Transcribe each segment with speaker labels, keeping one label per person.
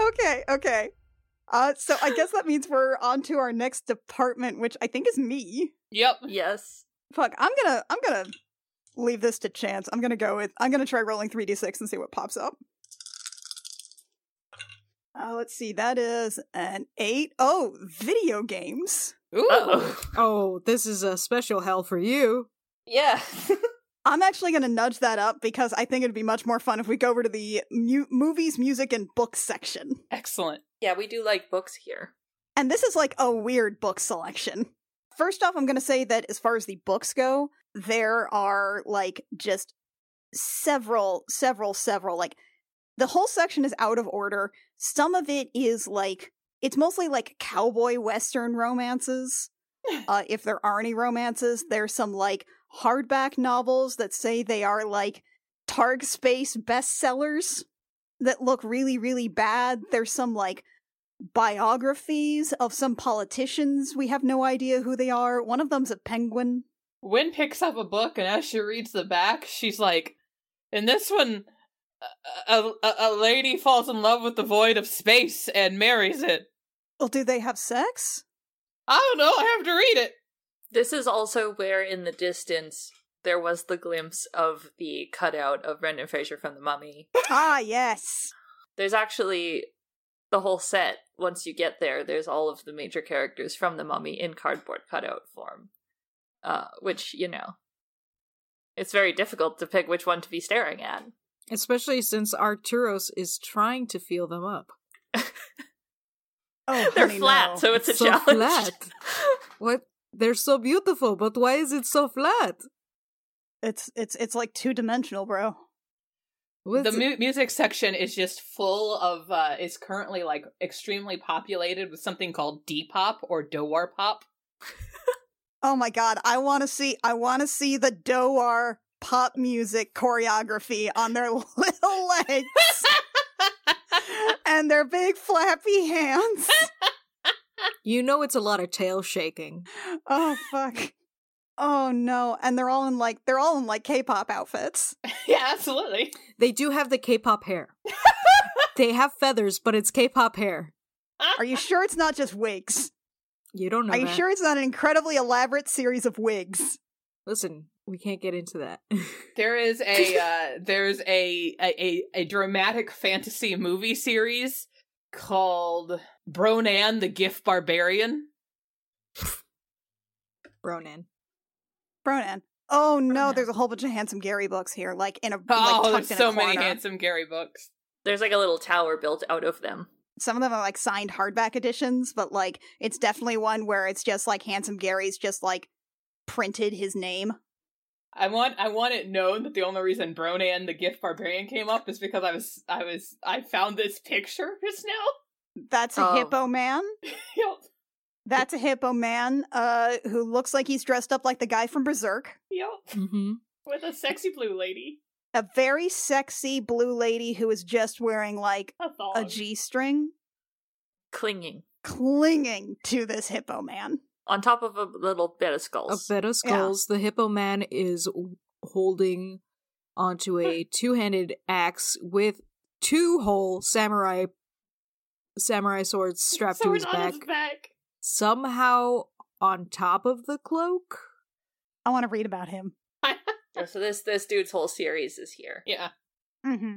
Speaker 1: okay, okay. Uh, so I guess that means we're on to our next department, which I think is me.
Speaker 2: Yep.
Speaker 3: Yes.
Speaker 1: Fuck, I'm gonna, I'm gonna leave this to chance. I'm gonna go with, I'm gonna try rolling three d six and see what pops up. Uh, let's see, that is an eight. Oh, video games.
Speaker 2: Ooh.
Speaker 3: Uh-oh.
Speaker 4: Oh, this is a special hell for you.
Speaker 3: Yeah.
Speaker 1: I'm actually going to nudge that up because I think it'd be much more fun if we go over to the mu- movies, music, and books section.
Speaker 2: Excellent.
Speaker 3: yeah, we do like books here.
Speaker 1: And this is like a weird book selection. First off, I'm going to say that as far as the books go, there are like just several, several, several. Like the whole section is out of order. Some of it is like, it's mostly like cowboy western romances. uh, if there are any romances, there's some like hardback novels that say they are like Targ Space bestsellers that look really, really bad. There's some like biographies of some politicians. We have no idea who they are. One of them's a penguin.
Speaker 2: Wynn picks up a book, and as she reads the back, she's like, "In this one, a, a, a- a lady falls in love with the void of space and marries it."
Speaker 1: Well, Oh, do they have sex?
Speaker 2: I don't know. I have to read it.
Speaker 3: This is also where, in the distance, there was the glimpse of the cutout of Brendan Fraser from The Mummy.
Speaker 1: ah, yes.
Speaker 3: There's actually the whole set. Once you get there, there's all of the major characters from The Mummy in cardboard cutout form. Uh, which, you know, it's very difficult to pick which one to be staring at.
Speaker 4: Especially since Arturos is trying to feel them up.
Speaker 1: Oh,
Speaker 3: They're
Speaker 1: honey,
Speaker 3: flat,
Speaker 1: no.
Speaker 3: so it's a
Speaker 4: So
Speaker 3: challenge.
Speaker 4: flat. What? They're so beautiful, but why is it so flat?
Speaker 1: it's it's it's like two dimensional, bro.
Speaker 4: What's
Speaker 2: the mu- music section is just full of uh is currently like extremely populated with something called d-pop or doar pop
Speaker 1: Oh my god, I want to see I want to see the Doar pop music choreography on their little legs and their big flappy hands.
Speaker 4: you know it's a lot of tail shaking.
Speaker 1: Oh fuck. Oh no, and they're all in like they're all in like K-pop outfits.
Speaker 2: yeah absolutely
Speaker 4: They do have the K-pop hair. they have feathers, but it's K-pop hair.
Speaker 1: Are you sure it's not just wigs?
Speaker 4: You don't know.
Speaker 1: Are you
Speaker 4: that.
Speaker 1: sure it's not an incredibly elaborate series of wigs?
Speaker 4: Listen, we can't get into that.
Speaker 2: there is a uh there's a a, a, a dramatic fantasy movie series called bronan the gif barbarian
Speaker 4: Ronan.
Speaker 1: Bronan. Oh no,
Speaker 3: Bronan.
Speaker 1: there's a whole bunch of handsome Gary books here, like in a
Speaker 2: oh
Speaker 1: like tucked
Speaker 2: there's
Speaker 1: in
Speaker 2: so
Speaker 1: a corner.
Speaker 2: many handsome gary books
Speaker 3: There's like a little tower built out of them.
Speaker 1: Some of them are like signed hardback editions, but like it's definitely one where it's just like handsome Gary's just like printed his name.
Speaker 2: I want I want it known that the only reason Bronan the Gift Barbarian came up is because I was I was I found this picture just now.
Speaker 1: That's a
Speaker 3: Oh.
Speaker 1: hippo man.
Speaker 2: yep.
Speaker 1: That's a hippo man uh who looks like he's dressed up like the guy from Berserk.
Speaker 2: Yep.
Speaker 4: Mm-hmm.
Speaker 2: With a sexy blue lady.
Speaker 1: a very sexy blue lady who is just wearing like
Speaker 2: A thong.
Speaker 1: a G string,
Speaker 3: Clinging.
Speaker 1: clinging to this hippo man.
Speaker 3: On top of a little bed of
Speaker 4: A
Speaker 3: skulls.
Speaker 4: bed of skulls. The hippo man is w- holding
Speaker 3: Hmm.
Speaker 4: onto a two-handed axe with two whole samurai samurai swords strapped to
Speaker 2: Sword
Speaker 4: his
Speaker 2: on
Speaker 4: back.
Speaker 2: his back.
Speaker 4: Somehow on top of the cloak.
Speaker 1: I want to read about him.
Speaker 3: So this this dude's whole series is here.
Speaker 2: Yeah.
Speaker 1: Mm-hmm.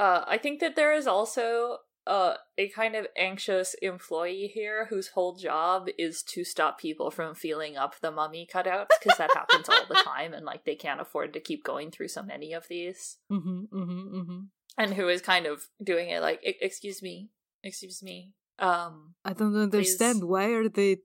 Speaker 3: Uh, I think that there is also uh, a kind of anxious employee here whose whole job is to stop people from feeling up the mummy cutouts because that happens all the time, and like they can't afford to keep going through so many of these.
Speaker 4: Mm-hmm. Mm-hmm. Mm-hmm.
Speaker 3: And who is kind of doing it like, "E- excuse me, excuse me. Um,
Speaker 4: I don't understand.
Speaker 3: Please.
Speaker 4: Why are they?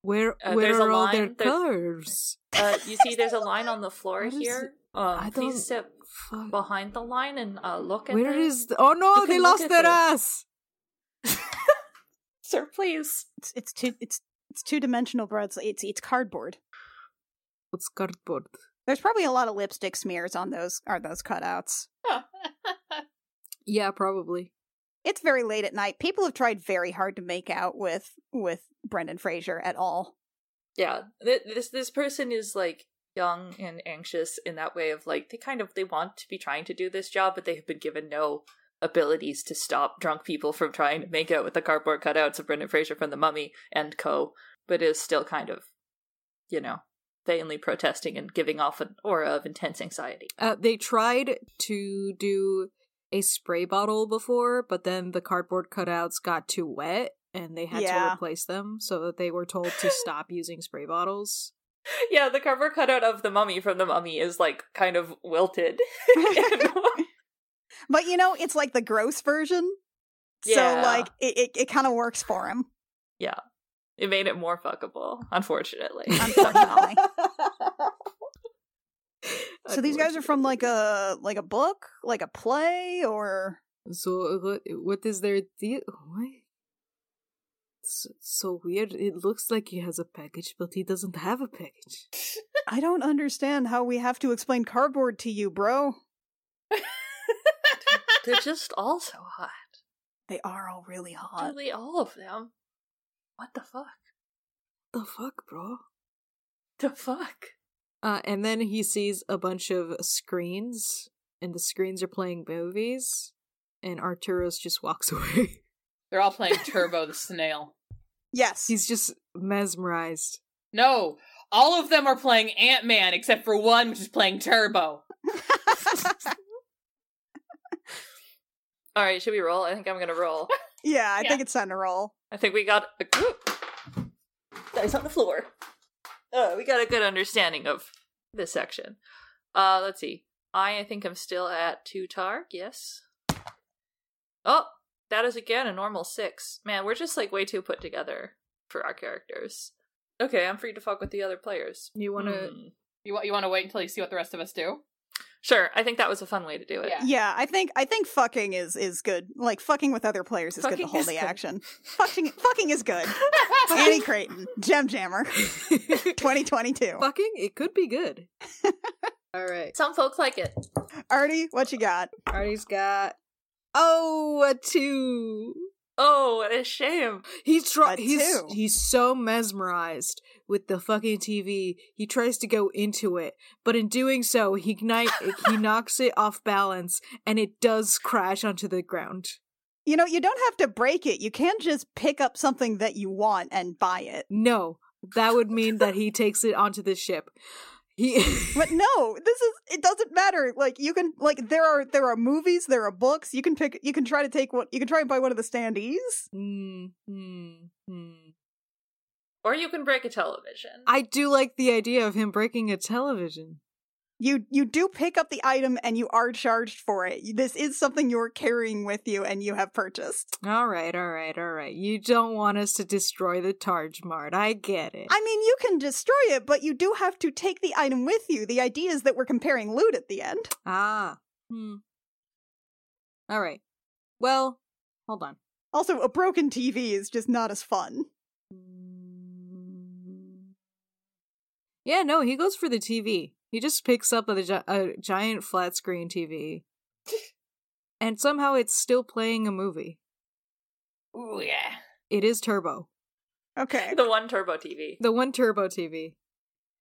Speaker 4: Where
Speaker 3: Uh,
Speaker 4: where
Speaker 3: there's a
Speaker 4: are all their
Speaker 3: line that-
Speaker 4: colors?
Speaker 3: uh, you see, there's a line on the floor
Speaker 4: What is
Speaker 3: here.
Speaker 4: I
Speaker 3: Um,
Speaker 4: don't-
Speaker 3: please step
Speaker 4: Fuck.
Speaker 3: behind the line and uh, look at
Speaker 4: Where
Speaker 3: them.
Speaker 4: is? The... Oh no!
Speaker 3: You
Speaker 4: They
Speaker 3: can look
Speaker 4: lost
Speaker 3: at
Speaker 4: their
Speaker 3: them.
Speaker 4: ass.
Speaker 3: sir? Please.
Speaker 1: It's it's two it's it's two dimensional, bro. It's, it's it's cardboard.
Speaker 4: It's cardboard.
Speaker 1: There's probably a lot of lipstick smears on those are those cutouts.
Speaker 4: Yeah, probably.
Speaker 1: It's very late at night. People have tried very hard to make out with with Brendan Fraser at all.
Speaker 3: yeah th- this this person is like young and anxious in that way of like they kind of they want to be trying to do this job but they have been given no abilities to stop drunk people from trying to make out with the cardboard cutouts of Brendan Fraser from The Mummy and co, but is still kind of, you know, vainly protesting and giving off an aura of intense anxiety.
Speaker 4: Uh, they tried to do a spray bottle before, but then the cardboard cutouts got too wet and they had to
Speaker 1: Yeah.
Speaker 4: replace them so that they were told to stop using spray bottles.
Speaker 3: Yeah, the cover cutout of the mummy from the mummy is like kind of wilted. And-
Speaker 1: But you know, it's like the gross version.
Speaker 3: Yeah.
Speaker 1: So like it, it, it kind of works for him.
Speaker 3: it made it more fuckable, unfortunately.
Speaker 1: Unfortunately. so these guys are from like a like a book, like a play or
Speaker 4: So what, what is their deal? What? It's so weird. It looks like he has a package, but he doesn't have a package.
Speaker 1: I don't understand how we have to explain cardboard to you, bro.
Speaker 3: They're just all so hot.
Speaker 1: They are all really hot.
Speaker 3: Really, all of them. What the fuck?
Speaker 4: The fuck, bro?
Speaker 3: The fuck?
Speaker 4: Uh, and then he sees a bunch of screens, and the screens are playing movies, and Arturos just walks away.
Speaker 2: They're all playing Turbo the Snail.
Speaker 1: Yes.
Speaker 4: He's just mesmerized.
Speaker 2: No, all of them are playing Ant Man except for one, which is playing Turbo.
Speaker 3: All right, should we roll? I think I'm gonna roll.
Speaker 1: yeah, I
Speaker 2: Yeah.
Speaker 1: think it's time to roll.
Speaker 3: I think we got a group. Dice on the floor. Uh, we got a good understanding of this section. Uh, let's see. I, I think I'm still at two targ. Yes. Oh, that is again a normal six. Man, we're just like way too put together for our characters. Okay, I'm free to fuck with the other players.
Speaker 4: You want to?
Speaker 3: Hmm.
Speaker 2: You want you want to wait until you see what the rest of us do?
Speaker 3: Sure. I think that was a fun way to do it.
Speaker 2: Yeah.
Speaker 1: Yeah, I think I think fucking is is good. Like fucking with other players is
Speaker 3: Fucking
Speaker 1: good to hold
Speaker 3: is
Speaker 1: the
Speaker 3: good.
Speaker 1: action. Fucking fucking is good. Annie Creighton, Gem Jammer, 2022.
Speaker 4: Fucking, it could be good. All right.
Speaker 3: Some folks like it.
Speaker 1: Artie, what you got?
Speaker 4: Artie's got. Oh, a two.
Speaker 3: Oh, what a shame.
Speaker 4: He's try-
Speaker 1: A
Speaker 4: he's
Speaker 1: two.
Speaker 4: he's so mesmerized with the fucking TV. He tries to go into it, but in doing so, he ignite he knocks it off balance and it does crash onto the ground.
Speaker 1: You know, you don't have to break it. You can just pick up something that you want and buy it.
Speaker 4: No, that would mean that he takes it onto the ship. He
Speaker 1: But no, this is it doesn't matter. Like you can like there are there are movies, there are books. You can pick you can try to take what you can try and buy one of the standees.
Speaker 4: Hmm, hmm, hmm.
Speaker 3: Or you can break a television.
Speaker 4: I do like the idea of him breaking a television.
Speaker 1: You you do pick up the item and you are charged for it. This is something you're carrying with you and you have purchased.
Speaker 4: All right, all right, all right. You don't want us to destroy the Targe Mart. I get it.
Speaker 1: I mean, you can destroy it, but you do have to take the item with you. The idea is that we're comparing loot at the end.
Speaker 4: Ah. Hmm. All right. Well, hold on.
Speaker 1: Also, a broken TV is just not as fun.
Speaker 4: Mm. Yeah, no, he goes for the TV. He just picks up a, gi- a giant flat screen TV. and somehow it's still playing a movie.
Speaker 2: Ooh yeah.
Speaker 4: It is Turbo.
Speaker 1: Okay.
Speaker 3: the one turbo TV.
Speaker 4: The one Turbo TV.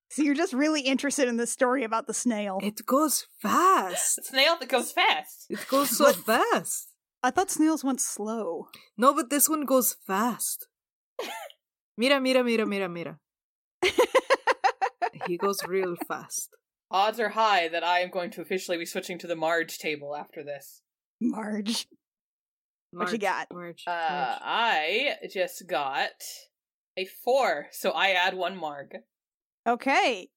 Speaker 1: So you're just really interested in this story about the snail.
Speaker 4: It goes fast.
Speaker 2: The snail that goes fast.
Speaker 4: It goes so fast.
Speaker 1: I thought snails went slow.
Speaker 4: No, but this one goes fast. Mira, mira, mira, mira, mira. He goes real fast.
Speaker 2: Odds are high that I am going to officially be switching to the Marge table after this.
Speaker 1: Marge. What you got?
Speaker 4: March,
Speaker 2: Uh, I just got a four, so I add one marg.
Speaker 1: Okay.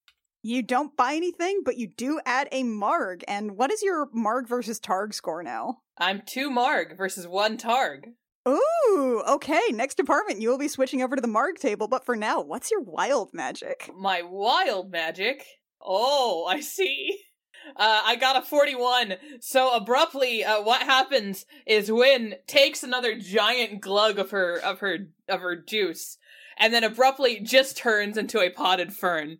Speaker 1: You don't buy anything, but you do add a marg. And what is your marg versus targ score now?
Speaker 2: I'm two marg versus one targ.
Speaker 1: Ooh, okay. Next department, you will be switching over to the marg table. But for now, what's your wild magic?
Speaker 2: My wild magic. Oh, I see. Uh, I got a 41. So abruptly, uh, what happens is Wynn takes another giant glug of her of her of her juice, and then abruptly just turns into a potted fern.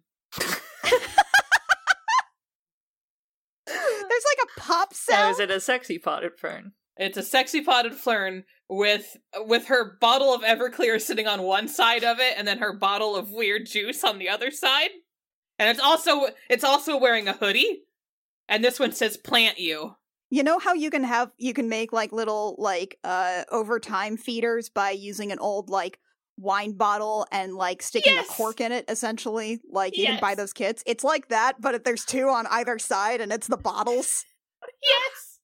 Speaker 1: There's like a pop
Speaker 3: Now
Speaker 1: sound.
Speaker 3: is it a sexy potted fern?
Speaker 2: It's a sexy potted fern with with her bottle of Everclear sitting on one side of it, and then her bottle of weird juice on the other side. And it's also it's also wearing a hoodie, and this one says "Plant You."
Speaker 1: You know how you can have you can make like little like uh overtime feeders by using an old like wine bottle and like sticking
Speaker 2: Yes!
Speaker 1: a cork in it essentially like you can buy
Speaker 2: Yes.
Speaker 1: those kits it's like that but if there's two on either side and it's the bottles
Speaker 2: Yes.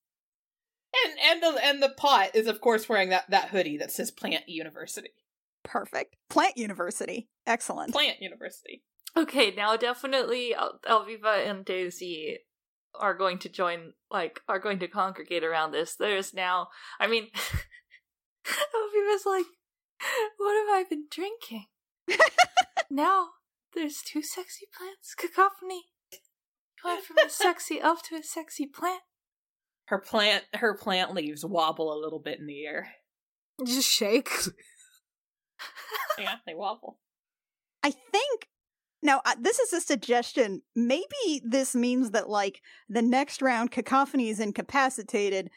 Speaker 2: And and the and the pot is of course wearing that that hoodie that says Plant University.
Speaker 1: perfect plant university excellent
Speaker 2: Plant University.
Speaker 3: Okay, now definitely Al- Alviva and Daisy are going to join, like, are going to congregate around this. There's now, I mean, Alviva's like, what have I been drinking? now there's two sexy plants, cacophony. Going from a sexy elf to a sexy plant.
Speaker 2: Her plant her plant leaves wobble a little bit in the air.
Speaker 4: Just shake.
Speaker 2: Yeah, they wobble.
Speaker 1: I think now uh, this is a suggestion. Maybe this means that like the next round, cacophony is incapacitated,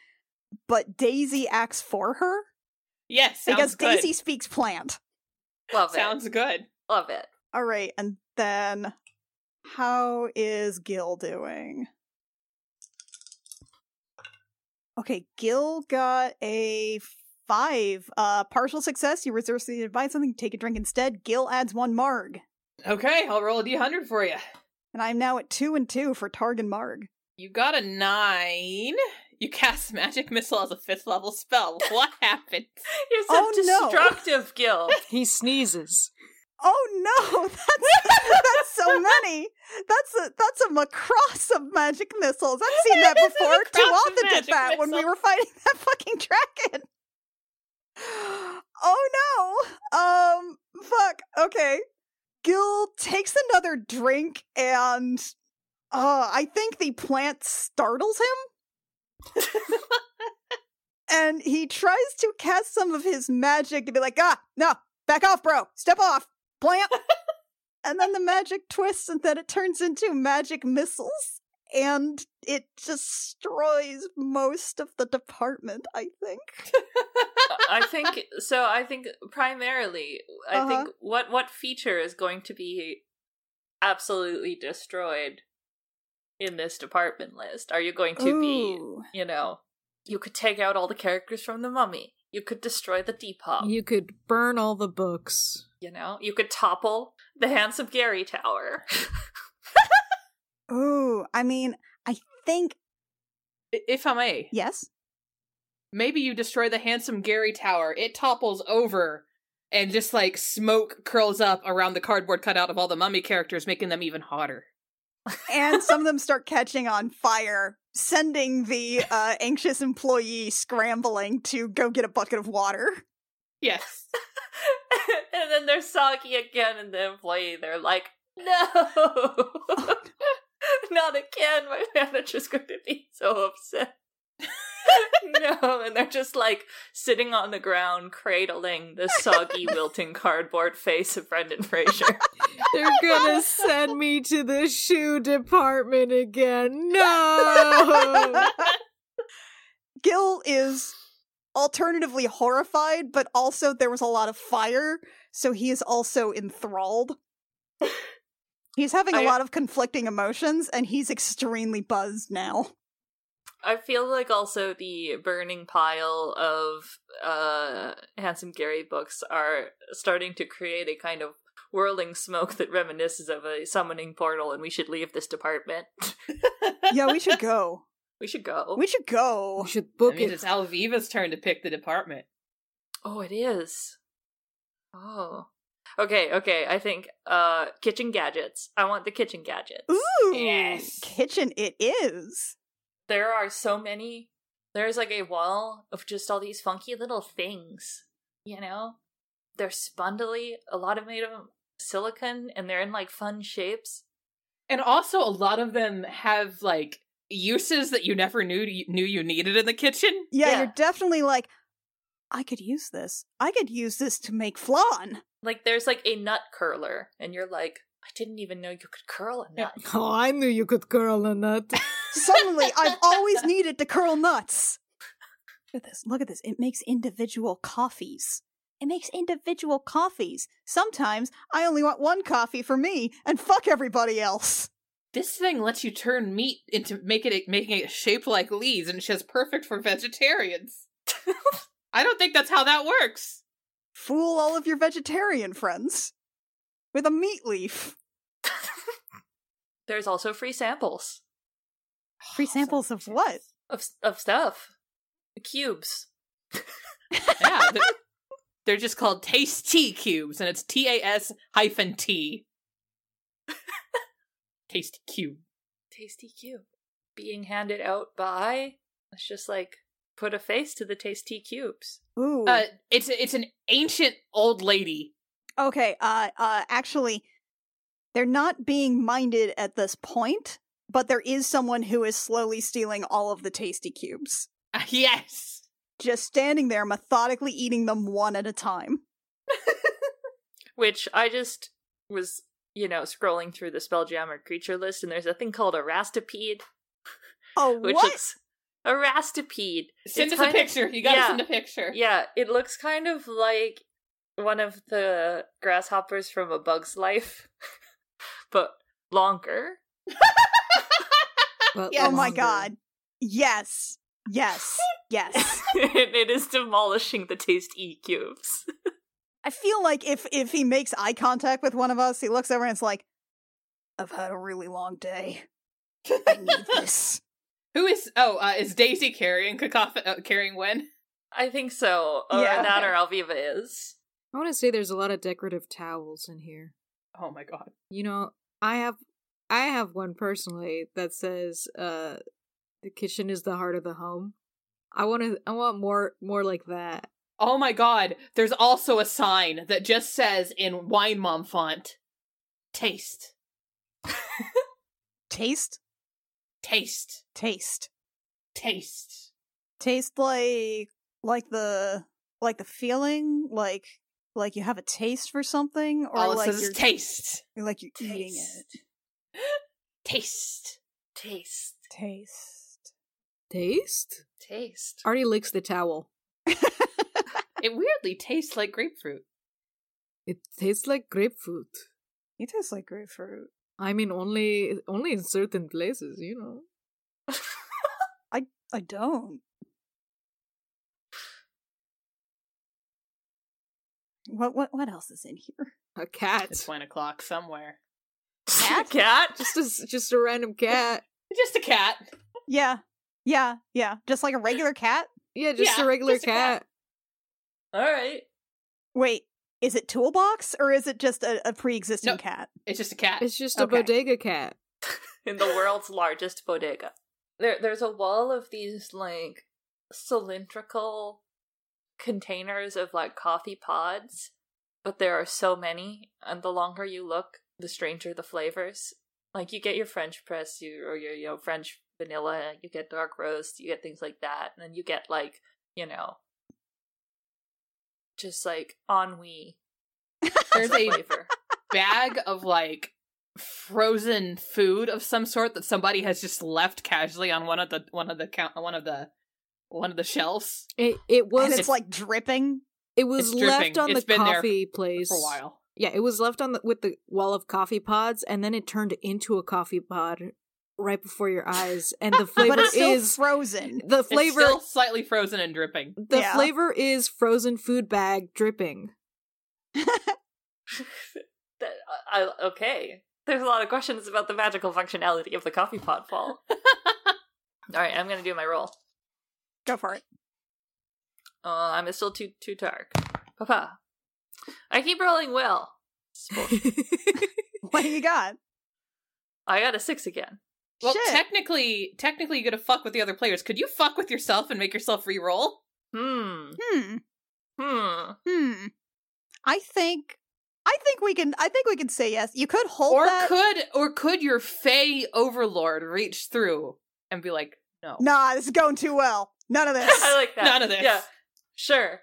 Speaker 1: but Daisy acts for her
Speaker 2: Yes, sounds
Speaker 1: because
Speaker 2: good.
Speaker 1: Daisy speaks plant.
Speaker 3: Love it.
Speaker 2: sounds good.
Speaker 3: Love it.
Speaker 1: All right, and then how is Gil doing? Okay, Gil got a five. Uh, partial success. You resist the buy something. Take a drink instead. Gil adds one marg,
Speaker 2: Okay, I'll roll a d100 for you.
Speaker 1: and I'm now at two and two for Targ and Marg.
Speaker 2: You got a 9. You cast magic missile as a 5th level spell. What happened?
Speaker 3: You're so
Speaker 1: Oh, no.
Speaker 3: destructive, Gil.
Speaker 4: He sneezes.
Speaker 1: Oh no, that's that's so many. That's a that's a Macross of magic missiles. I've seen that
Speaker 2: It is a
Speaker 1: before. Too
Speaker 2: Macross of
Speaker 1: often did
Speaker 2: magic
Speaker 1: that when we
Speaker 2: missile.
Speaker 1: were fighting that fucking dragon. Oh no. Um fuck. Okay. Gil takes another drink and uh I think the plant startles him and he tries to cast some of his magic to be like, ah, no, back off, bro, step off, plant. and then the magic twists, and then it turns into magic missiles, and it destroys most of the department. I think.
Speaker 3: I think so. I think primarily, I
Speaker 1: Uh-huh.
Speaker 3: think what what feature is going to be absolutely destroyed in this department list? Are you going to be,
Speaker 1: Ooh.
Speaker 3: you know, you could take out all the characters from the Mummy. You could destroy the Depop. You,
Speaker 4: You could burn all the books.
Speaker 3: know, you could topple the handsome Gary Tower.
Speaker 1: Ooh, I mean, I think
Speaker 2: if I may,
Speaker 1: yes.
Speaker 2: maybe you destroy the handsome Gary Tower. It topples over and just like smoke curls up around the cardboard cutout of all the mummy characters, making them even hotter.
Speaker 1: And some of them start catching on fire, sending the uh, anxious employee scrambling to go get a bucket of water.
Speaker 2: Yes.
Speaker 3: and then they're soggy again, and the employee they're like, no. Not again. My manager's going to be so upset. no, and they're just like sitting on the ground, cradling the soggy, wilting cardboard face of Brendan Fraser.
Speaker 4: They're gonna send me to the shoe department again. No!
Speaker 1: Gil is alternatively horrified, but also there was a lot of fire, so he is also enthralled. He's having a
Speaker 3: I-
Speaker 1: lot of conflicting emotions, and he's extremely buzzed now.
Speaker 3: I feel like also the burning pile of uh, Handsome Gary books are starting to create a kind of whirling smoke that reminisces of a summoning portal, and we should leave this department.
Speaker 1: Yeah, we should go.
Speaker 3: we should go.
Speaker 1: We should go.
Speaker 4: we should
Speaker 2: I
Speaker 4: book
Speaker 2: mean,
Speaker 4: it.
Speaker 2: it's Alviva's turn to pick the department.
Speaker 3: Oh, it is. Oh. Okay, okay. I think uh kitchen gadgets. I want the kitchen gadgets.
Speaker 1: Ooh,
Speaker 2: Yes.
Speaker 1: kitchen it is.
Speaker 3: There are so many. There's like a wall of just all these funky little things, you know? They're spindly, a lot of made of silicon and they're in like fun shapes.
Speaker 2: And also, a lot of them have like uses that you never knew knew you needed in the kitchen.
Speaker 1: Yeah,
Speaker 3: Yeah.
Speaker 1: you're definitely like, I could use this. I could use this to make flan.
Speaker 3: Like there's like a nut curler and you're like, I didn't even know you could curl a
Speaker 2: Yeah.
Speaker 3: nut.
Speaker 4: Oh, I knew you could curl a nut.
Speaker 1: Suddenly, I've always needed to curl nuts. Look at this. Look at this. It makes individual coffees. It makes individual coffees. Sometimes I only want one coffee for me and fuck everybody else.
Speaker 2: This thing lets you turn meat into make it making it shaped like leaves, and it's just perfect for vegetarians. I don't think that's how that works.
Speaker 1: Fool all of your vegetarian friends with a meat leaf.
Speaker 3: There's also free samples
Speaker 1: Free samples of what?
Speaker 3: of of stuff, cubes.
Speaker 2: yeah, they're, they're just called taste tea cubes, and it's T A S hyphen T. Tasty cube.
Speaker 3: Tasty cube being handed out by. Let's just like put a face to the tasty cubes.
Speaker 1: Ooh.
Speaker 2: Uh, it's it's an ancient old lady.
Speaker 1: okay, uh uh actually they're not being minded at this point, but there is someone who is slowly stealing all of the tasty cubes.
Speaker 2: yes.
Speaker 1: Just standing there methodically eating them one at a time.
Speaker 3: Which I just was, you know, scrolling through the spelljammer creature list, and there's a thing called a rastipede,
Speaker 1: Oh
Speaker 3: which
Speaker 1: what?
Speaker 3: is a rastipede. It's
Speaker 2: Send us a
Speaker 3: kind of-
Speaker 2: picture. you gotta
Speaker 3: yeah.
Speaker 2: send a picture.
Speaker 3: Yeah, it looks kind of like one of the grasshoppers from A Bug's Life, but longer.
Speaker 4: But
Speaker 1: oh my
Speaker 4: longer.
Speaker 1: god. Yes. Yes. Yes.
Speaker 3: and it is demolishing the taste E cubes.
Speaker 1: I feel like if if he makes eye contact with one of us, he looks over and it's like, I've had a really long day. I need this.
Speaker 2: Who is? Oh, uh, is Daisy carrying cacophon- uh, carrying Wen?
Speaker 3: I think so. Uh, Or
Speaker 1: Yeah.
Speaker 3: that or Alviva is.
Speaker 4: I want to say there's a lot of decorative towels in here.
Speaker 2: Oh my god.
Speaker 4: You know, I have I have one personally that says uh the kitchen is the heart of the home. I want to I want more more like that.
Speaker 2: Oh my god. There's also a sign that just says in wine mom font, "Taste,
Speaker 1: Taste,
Speaker 2: taste,
Speaker 1: taste,
Speaker 2: taste."
Speaker 1: taste like like the like the feeling, like like you have a taste for something, or
Speaker 2: All it
Speaker 1: like
Speaker 2: says
Speaker 1: you're
Speaker 2: is taste,
Speaker 1: like you're eating
Speaker 3: Taste.
Speaker 1: it.
Speaker 2: taste.
Speaker 3: Taste.
Speaker 1: Taste.
Speaker 4: Taste?
Speaker 3: Taste.
Speaker 4: Artie licks the towel.
Speaker 2: It weirdly tastes like grapefruit.
Speaker 4: It tastes like grapefruit.
Speaker 1: You taste like grapefruit.
Speaker 4: I mean only only in certain places, you know.
Speaker 1: I don't. What what what else is in here?
Speaker 4: A cat.
Speaker 2: It's one o'clock somewhere.
Speaker 3: Cat? Cat?
Speaker 4: Just a s- just a random cat.
Speaker 2: Just a cat.
Speaker 1: Yeah. Yeah. Yeah. Just like a regular cat?
Speaker 4: Yeah, just
Speaker 2: Yeah,
Speaker 4: a regular
Speaker 2: just a
Speaker 4: cat.
Speaker 2: cat.
Speaker 3: Alright.
Speaker 1: Wait, is it toolbox or is it just a, a pre existing
Speaker 2: No.
Speaker 1: cat?
Speaker 2: It's just a cat.
Speaker 4: It's just
Speaker 1: Okay.
Speaker 4: a bodega cat.
Speaker 3: In the world's largest bodega. There there's a wall of these like cylindrical containers of like coffee pods, but there are so many, and the longer you look, the stranger the flavors. Like you get your French press, you or your you know, French vanilla, you get dark roast, you get things like that, and then you get like, you know just like ennui as
Speaker 2: There's
Speaker 3: a
Speaker 2: a
Speaker 3: flavor.
Speaker 2: bag of like frozen food of some sort that somebody has just left casually on one of the one of the count one of the one of the shelves
Speaker 4: It it was
Speaker 1: and it's, like dripping.
Speaker 4: it was
Speaker 2: it's
Speaker 4: left
Speaker 2: dripping.
Speaker 4: on
Speaker 2: It's
Speaker 4: the
Speaker 2: been there
Speaker 4: coffee place
Speaker 2: for a while.
Speaker 4: Yeah, it was left on the, with the wall of coffee pods, and then it turned into a coffee pod right before your eyes, and the
Speaker 1: But
Speaker 4: flavor
Speaker 1: it's still
Speaker 4: is
Speaker 1: frozen.
Speaker 4: the flavor.
Speaker 2: It's still slightly frozen and dripping.
Speaker 4: the
Speaker 1: Yeah.
Speaker 4: flavor is frozen food bag dripping.
Speaker 3: That, I, I- okay. There's a lot of questions about the magical functionality of the coffee pot fall. All right, I'm gonna do my roll.
Speaker 1: Go for it.
Speaker 3: Uh, I'm still too too dark. Papa, I keep rolling well.
Speaker 1: What do you got?
Speaker 3: I got a six again.
Speaker 2: Well,
Speaker 1: Shit.
Speaker 2: technically, technically, you got to fuck with the other players. Could you fuck with yourself and make yourself re-roll?
Speaker 3: Hmm.
Speaker 1: hmm.
Speaker 3: Hmm.
Speaker 1: Hmm. I think. I think we can. I think we can say yes. You could hold
Speaker 2: or
Speaker 1: that.
Speaker 2: could or could your Fey Overlord reach through and be like, no,
Speaker 1: Nah, this is going too well. None of
Speaker 3: I
Speaker 1: this.
Speaker 3: like that.
Speaker 2: none of this.
Speaker 3: Yeah, sure.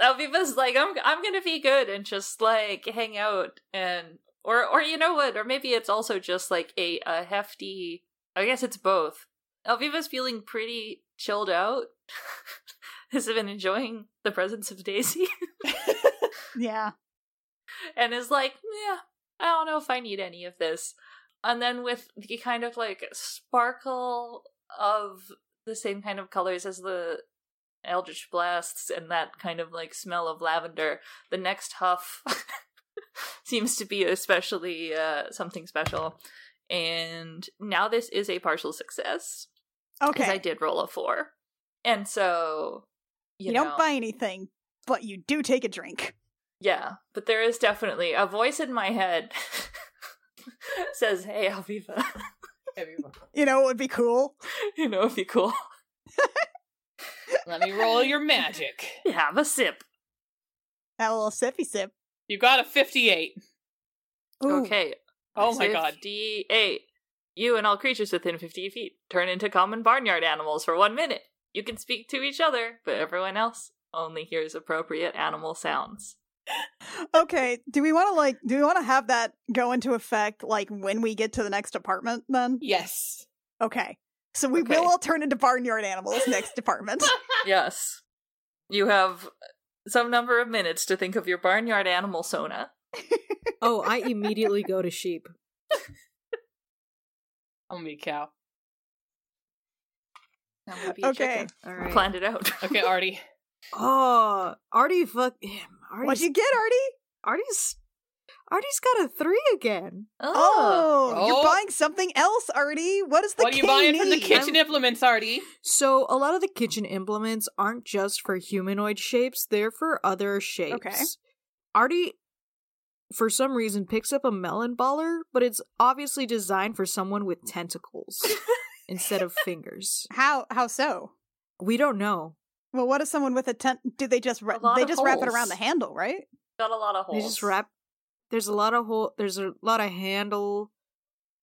Speaker 3: Alviva's like, I'm I'm gonna be good and just like hang out and or or you know what, or maybe it's also just like a, a hefty I guess it's both. Alviva's feeling pretty chilled out. Has been enjoying the presence of Daisy
Speaker 1: yeah.
Speaker 3: and is like, yeah, I don't know if I need any of this. and then with the kind of like sparkle of the same kind of colors as the eldritch blasts and that kind of like smell of lavender the next huff seems to be especially uh something special and now this is a partial success because
Speaker 1: Okay.
Speaker 3: i did roll a four and so you,
Speaker 1: you, don't
Speaker 3: know,
Speaker 1: buy anything, but you do take a drink.
Speaker 3: yeah but there is definitely a voice in my head says hey alviva
Speaker 2: Everyone.
Speaker 1: You know, it would be cool.
Speaker 3: you know it'd be cool
Speaker 2: Let me roll your magic.
Speaker 3: have a sip
Speaker 1: Have a little sippy sip.
Speaker 2: You got a 58.
Speaker 1: Ooh.
Speaker 3: okay
Speaker 2: Oh my god.
Speaker 3: 58. You and all creatures within 50 feet turn into common barnyard animals for one minute. You can speak to each other, but everyone else only hears appropriate animal sounds.
Speaker 1: Okay. Do we want to like? Do we want to have that go into effect like when we get to the next apartment? Then
Speaker 2: Yes.
Speaker 1: okay. So we
Speaker 3: Okay.
Speaker 1: will all turn into barnyard animals next department.
Speaker 3: yes. You have some number of minutes to think of your barnyard animal sona.
Speaker 4: Oh, I immediately go to sheep.
Speaker 2: I'm gonna be a cow.
Speaker 3: I'm gonna be a
Speaker 1: Okay.
Speaker 3: chicken.
Speaker 4: All
Speaker 3: We
Speaker 4: right.
Speaker 3: Planned it out.
Speaker 2: Okay, Artie.
Speaker 4: Oh, Artie fuck
Speaker 1: What'd
Speaker 4: Artie's,
Speaker 1: you get, Artie?
Speaker 4: Artie's Artie's got a three again.
Speaker 3: Ah,
Speaker 1: Oh,
Speaker 2: Oh.
Speaker 1: you're buying something else, Artie. What is the E.
Speaker 2: what are you
Speaker 1: king
Speaker 2: buying from the
Speaker 1: need?
Speaker 2: kitchen implements, Artie?
Speaker 4: So a lot of the kitchen implements aren't just for humanoid shapes, they're for other shapes.
Speaker 1: Okay.
Speaker 4: Artie for some reason picks up a melon baller, but it's obviously designed for someone with tentacles instead of fingers.
Speaker 1: How how so?
Speaker 4: We don't know.
Speaker 1: Well, what if someone with a tent? Do they just
Speaker 3: A lot
Speaker 1: ra- they
Speaker 3: of
Speaker 1: just wrap it
Speaker 3: holes.
Speaker 1: around the handle, right?
Speaker 3: Got a lot of
Speaker 4: They
Speaker 3: holes.
Speaker 4: just wrap there's a lot of hole there's a lot of handle.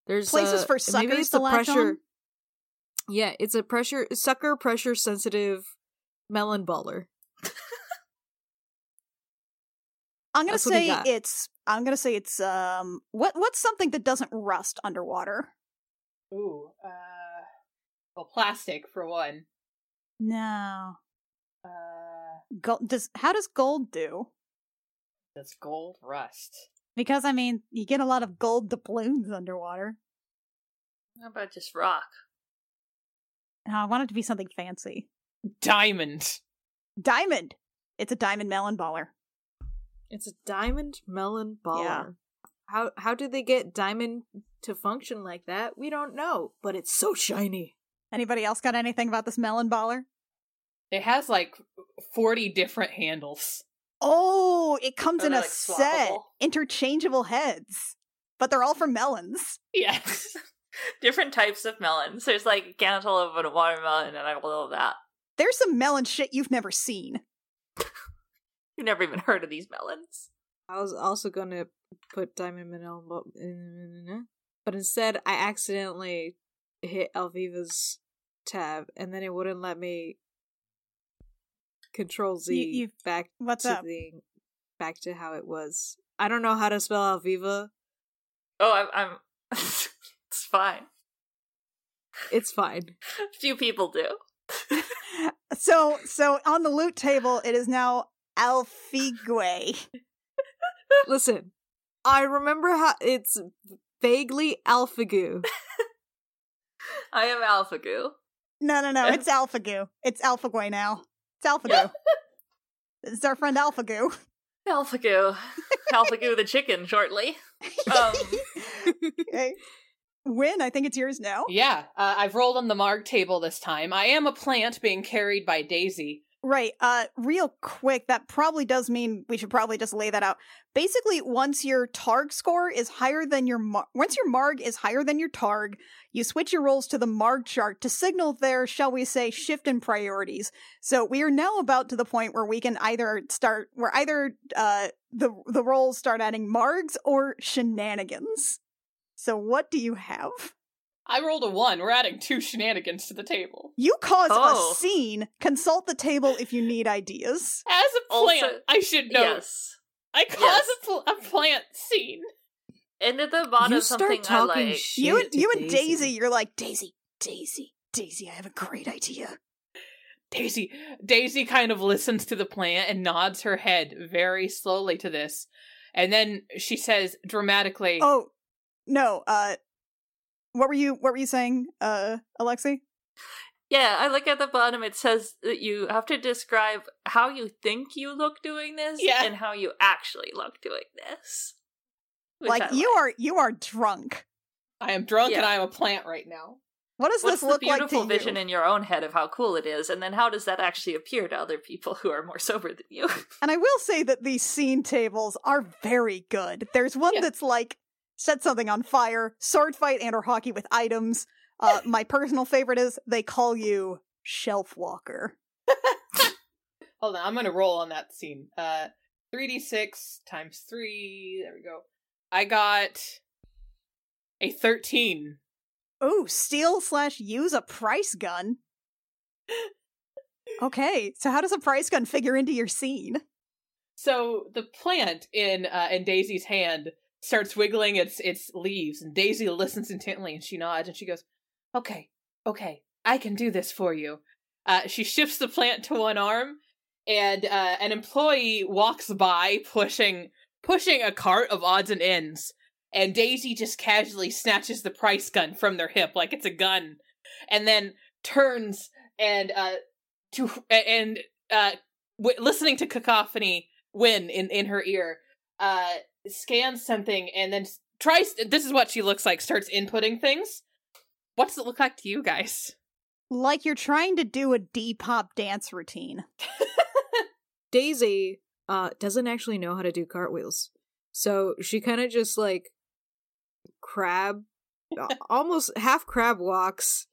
Speaker 4: There's
Speaker 1: Places
Speaker 4: uh,
Speaker 1: for
Speaker 4: maybe
Speaker 1: suckers
Speaker 4: it's
Speaker 1: to
Speaker 4: the
Speaker 1: latch
Speaker 4: pressure.
Speaker 1: on?
Speaker 4: Yeah, it's a pressure sucker pressure sensitive melon baller.
Speaker 1: I'm gonna
Speaker 4: That's what he
Speaker 1: say
Speaker 4: got.
Speaker 1: it's. I'm gonna say it's. Um, what what's something that doesn't rust underwater?
Speaker 2: Ooh, uh well plastic for one.
Speaker 1: No.
Speaker 2: Uh
Speaker 1: Gold does how does gold do?
Speaker 2: that's gold rust.
Speaker 1: Because I mean, you get a lot of gold doubloons underwater.
Speaker 3: How about just rock?
Speaker 1: And I want it to be something fancy.
Speaker 2: Diamond.
Speaker 1: Diamond. It's a diamond melon baller.
Speaker 4: It's a diamond melon baller.
Speaker 1: Yeah.
Speaker 4: How how did they get diamond to function like that? We don't know, but it's so shiny.
Speaker 1: Anybody else got anything about this melon baller?
Speaker 2: It has like forty different handles.
Speaker 1: Oh, it comes
Speaker 3: Are
Speaker 1: in
Speaker 3: they,
Speaker 1: a
Speaker 3: like,
Speaker 1: set,
Speaker 3: swappable?
Speaker 1: interchangeable heads, but they're all for melons.
Speaker 2: Yes.
Speaker 3: Different types of melons. There's like cantaloupe and watermelon, and I love that.
Speaker 1: There's some melon shit you've never seen.
Speaker 3: You've never even heard of these melons.
Speaker 4: I was also gonna put diamond melon, ba- but instead I accidentally hit Alviva's tab, and then it wouldn't let me control Z
Speaker 1: You- you-
Speaker 4: back
Speaker 1: What's
Speaker 4: to
Speaker 1: up?
Speaker 4: the back to how it was. I don't know how to spell Alviva.
Speaker 3: Oh, I'm. I'm it's fine.
Speaker 4: It's fine.
Speaker 3: Few people do.
Speaker 1: So, so on the loot table, it is now alfigue.
Speaker 4: Listen, I remember how it's vaguely Alphagoo.
Speaker 3: I am AlphaGoo.
Speaker 1: No, no, no. It's Alpha Goo. It's Alpha Gway now. It's Alpha Goo. it's our friend Alpha Goo.
Speaker 3: AlphaGoo. AlphaGoo the chicken shortly. Um,
Speaker 1: okay. Win, I think it's yours now.
Speaker 2: yeah. Uh, I've rolled on the marg table this time. I am a plant being carried by Daisy.
Speaker 1: Right. Uh real quick, that probably does mean we should probably just lay that out. Basically, once your targ score is higher than your mar- once your marg is higher than your targ, you switch your rolls to the marg chart to signal their, shall we say, shift in priorities. So we are now about to the point where we can either start where either uh the the rolls start adding margs or shenanigans. So what do you have?
Speaker 2: I rolled a one. We're adding two shenanigans to the table.
Speaker 1: You cause
Speaker 3: Oh.
Speaker 1: a scene. Consult the table if you need ideas.
Speaker 2: As a plant,
Speaker 3: Also-
Speaker 2: I should know.
Speaker 3: yes.
Speaker 2: I cause
Speaker 3: Yes.
Speaker 2: a, pl- a plant scene.
Speaker 3: And at the bottom,
Speaker 4: you
Speaker 3: something I
Speaker 4: start talking
Speaker 3: like.
Speaker 4: shit.
Speaker 1: you and
Speaker 4: to
Speaker 1: you and Daisy, you're like Daisy, Daisy, Daisy. I have a great idea.
Speaker 2: Daisy Daisy kind of listens to the plant and nods her head very slowly to this. And then she says dramatically,
Speaker 1: Oh no, uh, What were you what were you saying, uh Alexi?
Speaker 3: Yeah, I look at the bottom. It says that you have to describe how you think you look doing this
Speaker 2: Yeah.
Speaker 3: and how you actually look doing this. Which
Speaker 1: Like
Speaker 3: I
Speaker 1: you are you are drunk.
Speaker 2: I am drunk and
Speaker 3: Yeah.
Speaker 2: I am a plant right now.
Speaker 1: What does
Speaker 3: What's
Speaker 1: this look
Speaker 3: the
Speaker 1: like
Speaker 3: beautiful
Speaker 1: to
Speaker 3: vision
Speaker 1: you?
Speaker 3: in your own head of how cool it is, and then how does that actually appear to other people who are more sober than you?
Speaker 1: And I will say that these scene tables are very good. There's one
Speaker 2: Yeah.
Speaker 1: that's like set something on fire, sword fight and or hockey with items. Uh, my personal favorite is they call you shelf walker.
Speaker 2: Hold on, I'm gonna roll on that scene. Uh, three d six times three. There we go. I got a thirteen.
Speaker 1: Ooh, steal slash use a price gun. Okay, so how does a price gun figure into your scene?
Speaker 2: So the plant in uh, in Daisy's hand starts wiggling its its leaves, and Daisy listens intently, and she nods, and she goes, "Okay, okay, I can do this for you." Uh, she shifts the plant to one arm, and uh, an employee walks by pushing pushing a cart of odds and ends, and Daisy just casually snatches the price gun from their hip like it's a gun, and then turns and uh to and uh w- listening to cacophony Win in in her ear, uh, scans something and then s- tries. This is what she looks like. Starts inputting things. What does it look like to you guys?
Speaker 1: Like you're trying to do a D-pop dance routine.
Speaker 4: Daisy uh, doesn't actually know how to do cartwheels, so she kind of just like crab, a- almost half crab walks,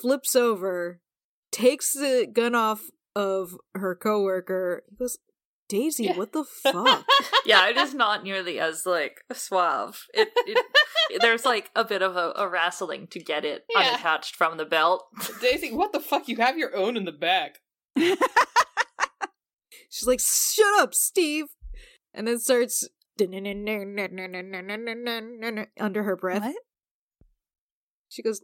Speaker 4: flips over, takes the gun off of her coworker. He goes, "Daisy,
Speaker 2: Yeah.
Speaker 4: what the fuck?"
Speaker 3: yeah, it is not nearly as like suave. It, it there's like a bit of a, a wrestling to get it
Speaker 2: Yeah.
Speaker 3: unattached from the belt.
Speaker 2: Daisy, what the fuck? You have your own in the back.
Speaker 4: She's like, "Shut up, Steve," and then starts under her breath.
Speaker 1: What?
Speaker 4: She goes.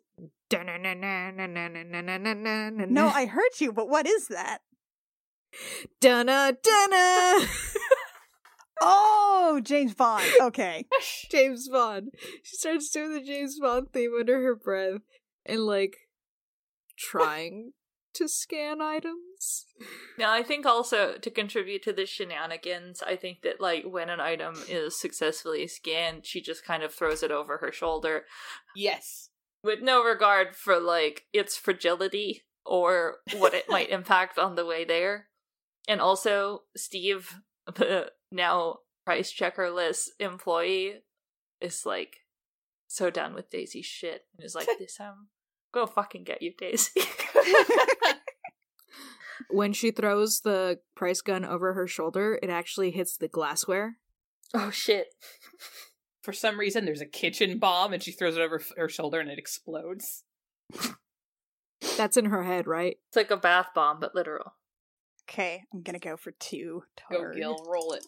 Speaker 1: No,
Speaker 4: No,
Speaker 1: I heard you, but what is that?
Speaker 4: Dunna Dunna
Speaker 1: Oh, James Bond. Okay.
Speaker 4: James Bond. She starts doing the James Bond theme under her breath and like trying to scan items.
Speaker 3: Now, I think also to contribute to the shenanigans, I think that like when an item is successfully scanned, she just kind of throws it over her shoulder
Speaker 2: Yes.
Speaker 3: with no regard for like its fragility or what it might impact on the way there. And also, Steve, the now price checkerless employee, is like so done with Daisy's shit and is like, "This time, go fucking get you, Daisy."
Speaker 4: When she throws the price gun over her shoulder, it actually hits the glassware.
Speaker 3: oh shit!
Speaker 2: For some reason, there's a kitchen bomb, and she throws it over f- her shoulder, and it explodes.
Speaker 4: That's in her head, right?
Speaker 3: It's like a bath bomb, but literal.
Speaker 1: Okay, I'm gonna go for two.
Speaker 2: Go,
Speaker 1: Tard.
Speaker 2: Gil, roll it.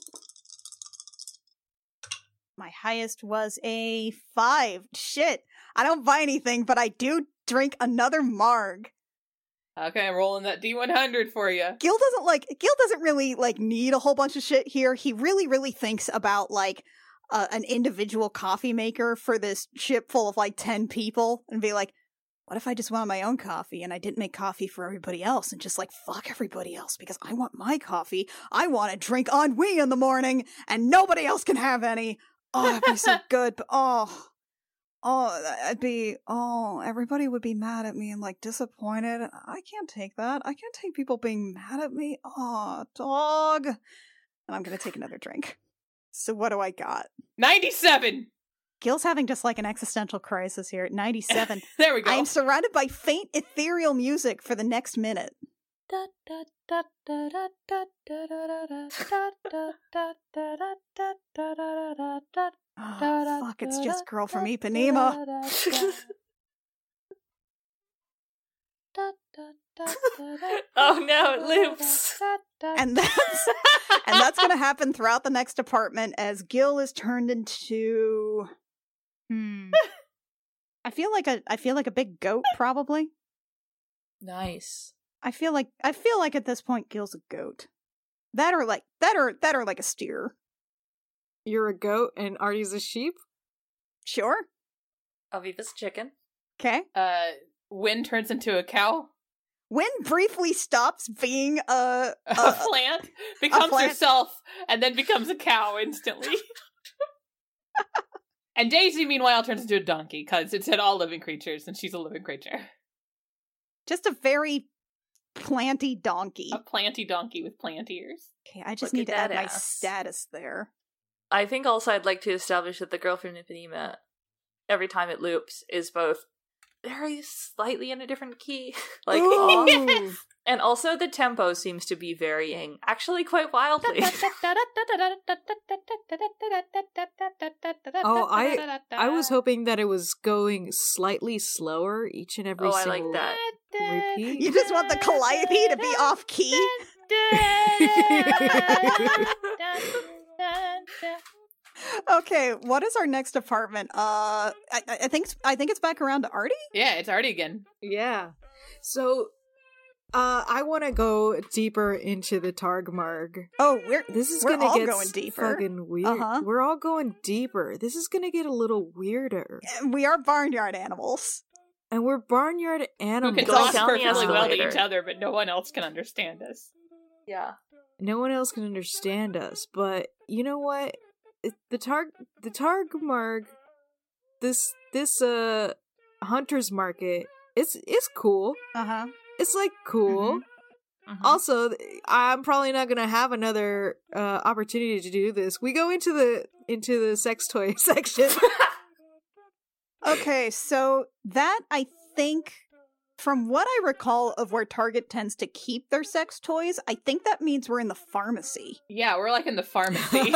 Speaker 1: My highest was a five. Shit. I don't buy anything, but I do drink another marg.
Speaker 2: Okay, I'm rolling that D100 for you.
Speaker 1: Gil doesn't like Gil doesn't really like need a whole bunch of shit here. He really, really thinks about like uh, an individual coffee maker for this ship full of like ten people, and be like, "What if I just wanted my own coffee and I didn't make coffee for everybody else, and just like fuck everybody else because I want my coffee. I want to drink ennui in the morning, and nobody else can have any. Oh, that'd be so good. But oh." Oh, that'd be oh, everybody would be mad at me and like disappointed. I can't take that. I can't take people being mad at me. Oh, dog. And I'm gonna take another drink. So what do I got?
Speaker 2: 97.
Speaker 1: Gil's having just like an existential crisis here at 97.
Speaker 2: There we go.
Speaker 1: I'm surrounded by faint ethereal music for the next minute. Oh, fuck, it's just girl from Ipanema.
Speaker 3: Oh no, it loops.
Speaker 1: and that's and that's going to happen throughout the next apartment as Gil is turned into. Hmm. I feel like a I feel like a big goat. Probably.
Speaker 3: Nice.
Speaker 1: I feel like I feel like at this point Gil's a goat. That or like that or that or like a steer.
Speaker 4: You're a goat and Artie's a sheep?
Speaker 1: Sure.
Speaker 3: Aviva's chicken.
Speaker 1: Okay.
Speaker 2: Uh, Wynn turns into a cow,
Speaker 1: When briefly stops being a
Speaker 2: a
Speaker 1: Uh,
Speaker 2: plant, becomes
Speaker 1: plant.
Speaker 2: herself, and then becomes a cow instantly. and Daisy, meanwhile, turns into a donkey because it said all living creatures, and she's a living creature.
Speaker 1: just a very planty donkey.
Speaker 2: A planty donkey with plant ears.
Speaker 1: Okay, I just
Speaker 3: Look
Speaker 1: need to
Speaker 3: at
Speaker 1: add
Speaker 3: that
Speaker 1: my
Speaker 3: ass.
Speaker 1: status there.
Speaker 3: I think also I'd like to establish that the girl from Ipanema, every time it loops, is both very slightly in a different key, like,
Speaker 4: Ooh.
Speaker 3: off- and also the tempo seems to be varying, actually quite wildly.
Speaker 2: oh,
Speaker 4: I was hoping that it was going slightly slower each and every
Speaker 3: Oh, I
Speaker 4: single.
Speaker 3: like that.
Speaker 4: Repeat.
Speaker 1: You just want the Calliope to be off E? key? Okay, what is our next apartment? Uh, I, I I think it's- I think it's back around to Artie.
Speaker 2: Yeah, it's already again.
Speaker 4: Yeah. So, uh, I want to go deeper into the Targmarg.
Speaker 1: Oh, we're
Speaker 4: This is
Speaker 1: We're
Speaker 4: gonna
Speaker 1: all
Speaker 4: get
Speaker 1: going
Speaker 4: s-
Speaker 1: deeper.
Speaker 4: fucking weird.
Speaker 1: Uh-huh.
Speaker 4: We're all going deeper. This is gonna get a little weirder,
Speaker 1: eh, we are barnyard animals.
Speaker 4: and we're barnyard
Speaker 2: Who can
Speaker 3: Going
Speaker 4: animals.
Speaker 2: talk
Speaker 3: down the
Speaker 2: perfectly well to
Speaker 3: escalator.
Speaker 2: each other, but no one else can understand us.
Speaker 3: yeah.
Speaker 4: No one else can understand us, but you know what? It- The Targ, the Targmarg, this this uh hunters market, it's it's cool.
Speaker 1: Uh huh.
Speaker 4: It's like cool.
Speaker 3: Mhm.
Speaker 4: Also, th- I'm probably not gonna have another uh, opportunity to do this. We go into the into the sex toy section.
Speaker 1: Okay, so that I think, from what I recall of where Target tends to keep their sex toys, I think that means we're in the pharmacy.
Speaker 2: Yeah, we're like in the pharmacy.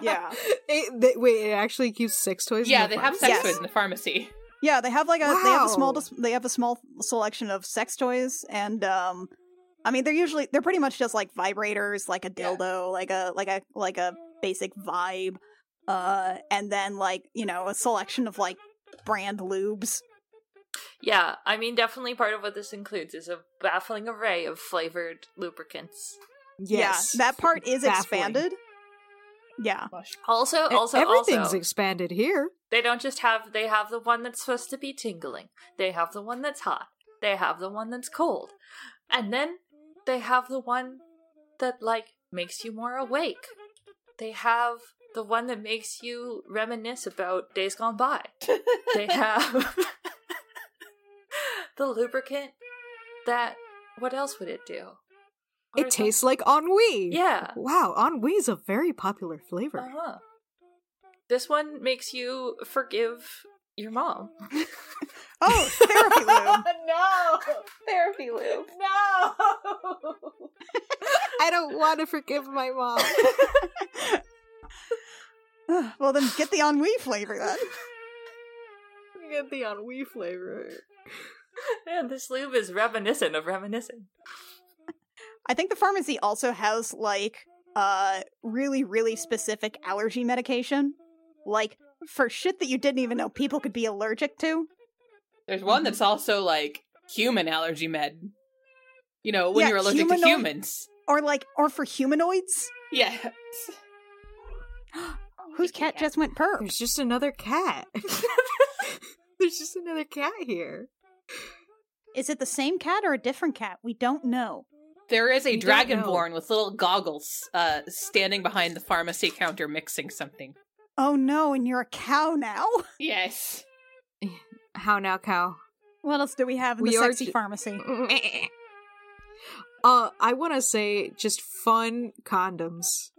Speaker 1: Yeah.
Speaker 4: It, they, wait, it actually keeps sex toys. in
Speaker 2: yeah,
Speaker 4: the
Speaker 2: they have
Speaker 4: pharmacy?
Speaker 2: sex
Speaker 1: Yes.
Speaker 2: toys in the pharmacy.
Speaker 1: Yeah, they have like a they have a small
Speaker 4: Wow.
Speaker 1: dis- they have a small selection of sex toys and um I mean they're usually they're pretty much just like vibrators, like a
Speaker 2: Yeah.
Speaker 1: dildo, like a like a like a basic vibe uh and then like, you know, a selection of like brand lubes.
Speaker 3: Yeah, I mean, definitely part of what this includes is a baffling array of flavored lubricants.
Speaker 4: Yes,
Speaker 1: Yeah, that part is
Speaker 4: Baffling.
Speaker 1: expanded. Yeah.
Speaker 3: Also,
Speaker 4: E-
Speaker 3: also,
Speaker 4: everything's
Speaker 3: also,
Speaker 4: expanded here.
Speaker 3: they don't just have they have the one that's supposed to be tingling. They have the one that's hot. They have the one that's cold, and then they have the one that like makes you more awake. They have the one that makes you reminisce about days gone by. they have the lubricant that. What else would it do? What
Speaker 4: it
Speaker 3: are some-
Speaker 4: tastes like ennui.
Speaker 3: Yeah.
Speaker 4: Wow, ennui is a very popular flavor.
Speaker 3: Uh-huh. This one makes you forgive your mom.
Speaker 1: Oh, therapy lube.
Speaker 3: no! Therapy lube. No!
Speaker 4: I don't want to forgive my mom.
Speaker 1: Ugh, well then get the ennui flavor then.
Speaker 4: Get the ennui flavor.
Speaker 3: Man, this lube is reminiscent of reminiscing.
Speaker 1: I think the pharmacy also has like uh really really specific allergy medication like for shit that you didn't even know people could be allergic to.
Speaker 2: There's one that's also like human allergy med. You know, when
Speaker 1: Yeah,
Speaker 2: you're allergic to
Speaker 1: humanoid-
Speaker 2: humans.
Speaker 1: or like or for humanoids
Speaker 2: Yeah.
Speaker 1: whose cat just went perp
Speaker 4: There's just another cat. There's just another cat here.
Speaker 1: is it the same cat or a different cat we don't know
Speaker 2: There is a
Speaker 4: We don't know.
Speaker 2: dragonborn with little goggles uh, standing behind the pharmacy counter mixing something.
Speaker 1: oh no and you're a cow now
Speaker 2: Yes.
Speaker 4: How now, cow?
Speaker 1: what else do we have in
Speaker 4: We
Speaker 1: the
Speaker 4: are
Speaker 1: sexy
Speaker 4: ju- Mm.
Speaker 1: pharmacy
Speaker 4: Uh, I want to say just fun condoms.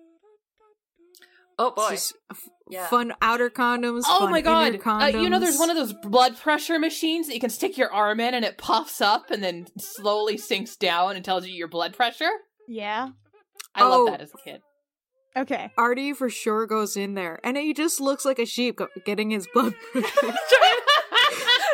Speaker 3: Oh boy.
Speaker 4: Just f-
Speaker 3: Yeah.
Speaker 4: Fun outer condoms.
Speaker 2: Oh
Speaker 4: fun
Speaker 2: my god!
Speaker 4: inner Condoms.
Speaker 2: Uh, you know, there's one of those blood pressure machines that you can stick your arm in, and it puffs up, and then slowly sinks down, and tells you your blood pressure.
Speaker 1: yeah
Speaker 2: I
Speaker 4: Oh.
Speaker 2: love that as a kid.
Speaker 1: okay
Speaker 4: Artie for sure goes in there, and he just looks like a sheep go- getting his blood.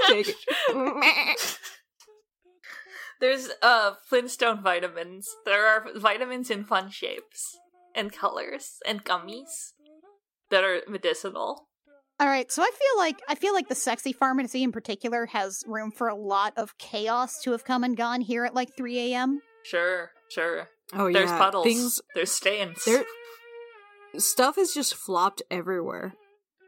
Speaker 4: Take it.
Speaker 3: There's uh Flintstone vitamins. There are vitamins in fun shapes and colors and gummies that are medicinal.
Speaker 1: all right so i feel like i feel like the sexy pharmacy in particular has room for a lot of chaos to have come and gone here at like 3 a.m
Speaker 3: Sure, sure.
Speaker 4: oh
Speaker 3: There's
Speaker 4: yeah,
Speaker 3: puddles.
Speaker 4: things
Speaker 3: There's stains.
Speaker 4: there. Stuff is just flopped everywhere.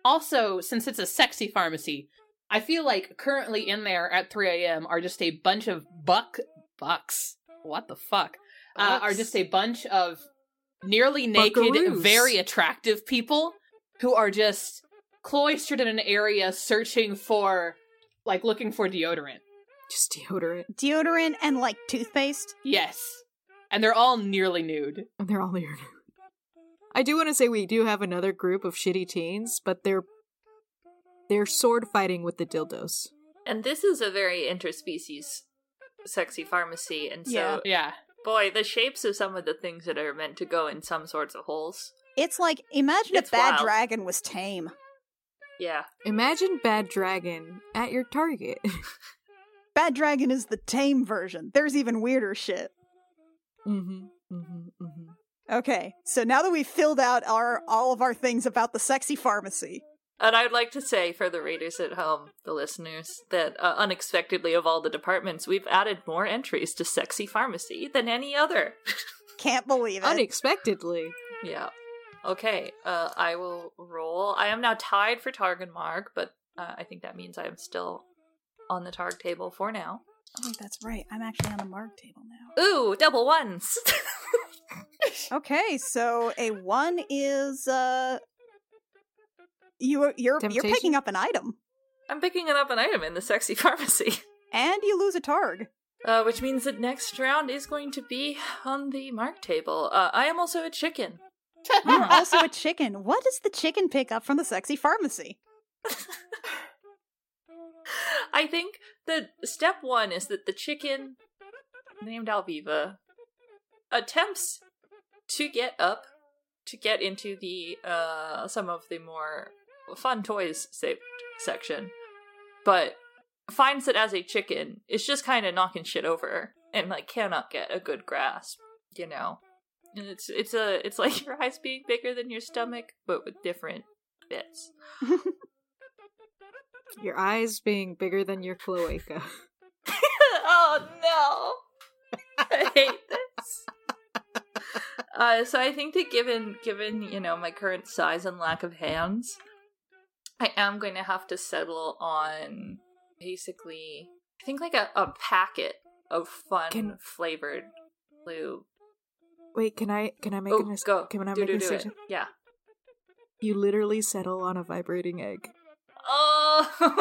Speaker 2: Also, since it's a sexy pharmacy, I feel like currently in there at 3 a.m. are just a bunch of buck bucks. What the fuck? Uh, are
Speaker 4: Bucks.
Speaker 2: just a bunch of nearly naked,
Speaker 4: Buckaroos.
Speaker 2: very attractive people who are just cloistered in an area searching for, like, looking for deodorant.
Speaker 4: Just deodorant.
Speaker 1: Deodorant and like toothpaste.
Speaker 2: Yes. And they're all nearly nude.
Speaker 4: And they're all weird. I do want to say we do have another group of shitty teens, but they're they're sword fighting with the dildos.
Speaker 3: And this is a very interspecies sexy pharmacy, and so
Speaker 1: Yeah.
Speaker 2: Yeah.
Speaker 3: boy, the shapes of some of the things that are meant to go in some sorts of holes.
Speaker 1: It's like imagine
Speaker 3: It's
Speaker 1: if Bad
Speaker 3: wild.
Speaker 1: Dragon was tame.
Speaker 3: Yeah.
Speaker 4: Imagine Bad Dragon at your target.
Speaker 1: Bad Dragon is the tame version. There's even weirder shit.
Speaker 4: mm-hmm, mm-hmm, mm-hmm.
Speaker 1: Okay, so now that we've filled out our all of our things about the sexy pharmacy,
Speaker 3: And I'd like to say for the readers at home, the listeners, that uh, unexpectedly of all the departments, we've added more entries to sexy pharmacy than any other.
Speaker 1: can't believe it.
Speaker 4: Unexpectedly.
Speaker 3: yeah. Okay, uh, I will roll. I am now tied for Targ and Marg, but uh, I think that means I am still on the Targ table for now.
Speaker 1: oh, wait, that's right. I'm actually on the mark table now.
Speaker 3: Ooh, double ones!
Speaker 1: Okay, so a one is uh, you you're you're
Speaker 4: Temptation?
Speaker 1: picking up an item,
Speaker 3: I'm picking up an item in the sexy pharmacy.
Speaker 1: and you lose a targ.
Speaker 3: Uh, which means that next round is going to be on the mark table. Uh, I am also a chicken.
Speaker 1: You're also a chicken. What does the chicken pick up from the sexy pharmacy?
Speaker 3: I think that step one is that the chicken, named Alviva, attempts to get up, to get into the uh, some of the more fun toys sa- section, but finds that as a chicken, it's just kind of knocking shit over and like cannot get a good grasp, you know. And it's it's a it's like your eyes being bigger than your stomach, but with different bits.
Speaker 4: Your eyes being bigger than your cloaca.
Speaker 3: oh no! I hate this. Uh, so I think that given given you know my current size and lack of hands, I am going to have to settle on basically I think like a, a packet of fun
Speaker 4: Can-
Speaker 3: flavored lube.
Speaker 4: Wait, can I can I make
Speaker 3: Oh,
Speaker 4: an ass-
Speaker 3: go!
Speaker 4: Can I
Speaker 3: do, do,
Speaker 4: make an
Speaker 3: do it.
Speaker 4: assertion?
Speaker 3: Yeah.
Speaker 4: You literally settle on a vibrating egg.
Speaker 3: Oh,
Speaker 1: Oh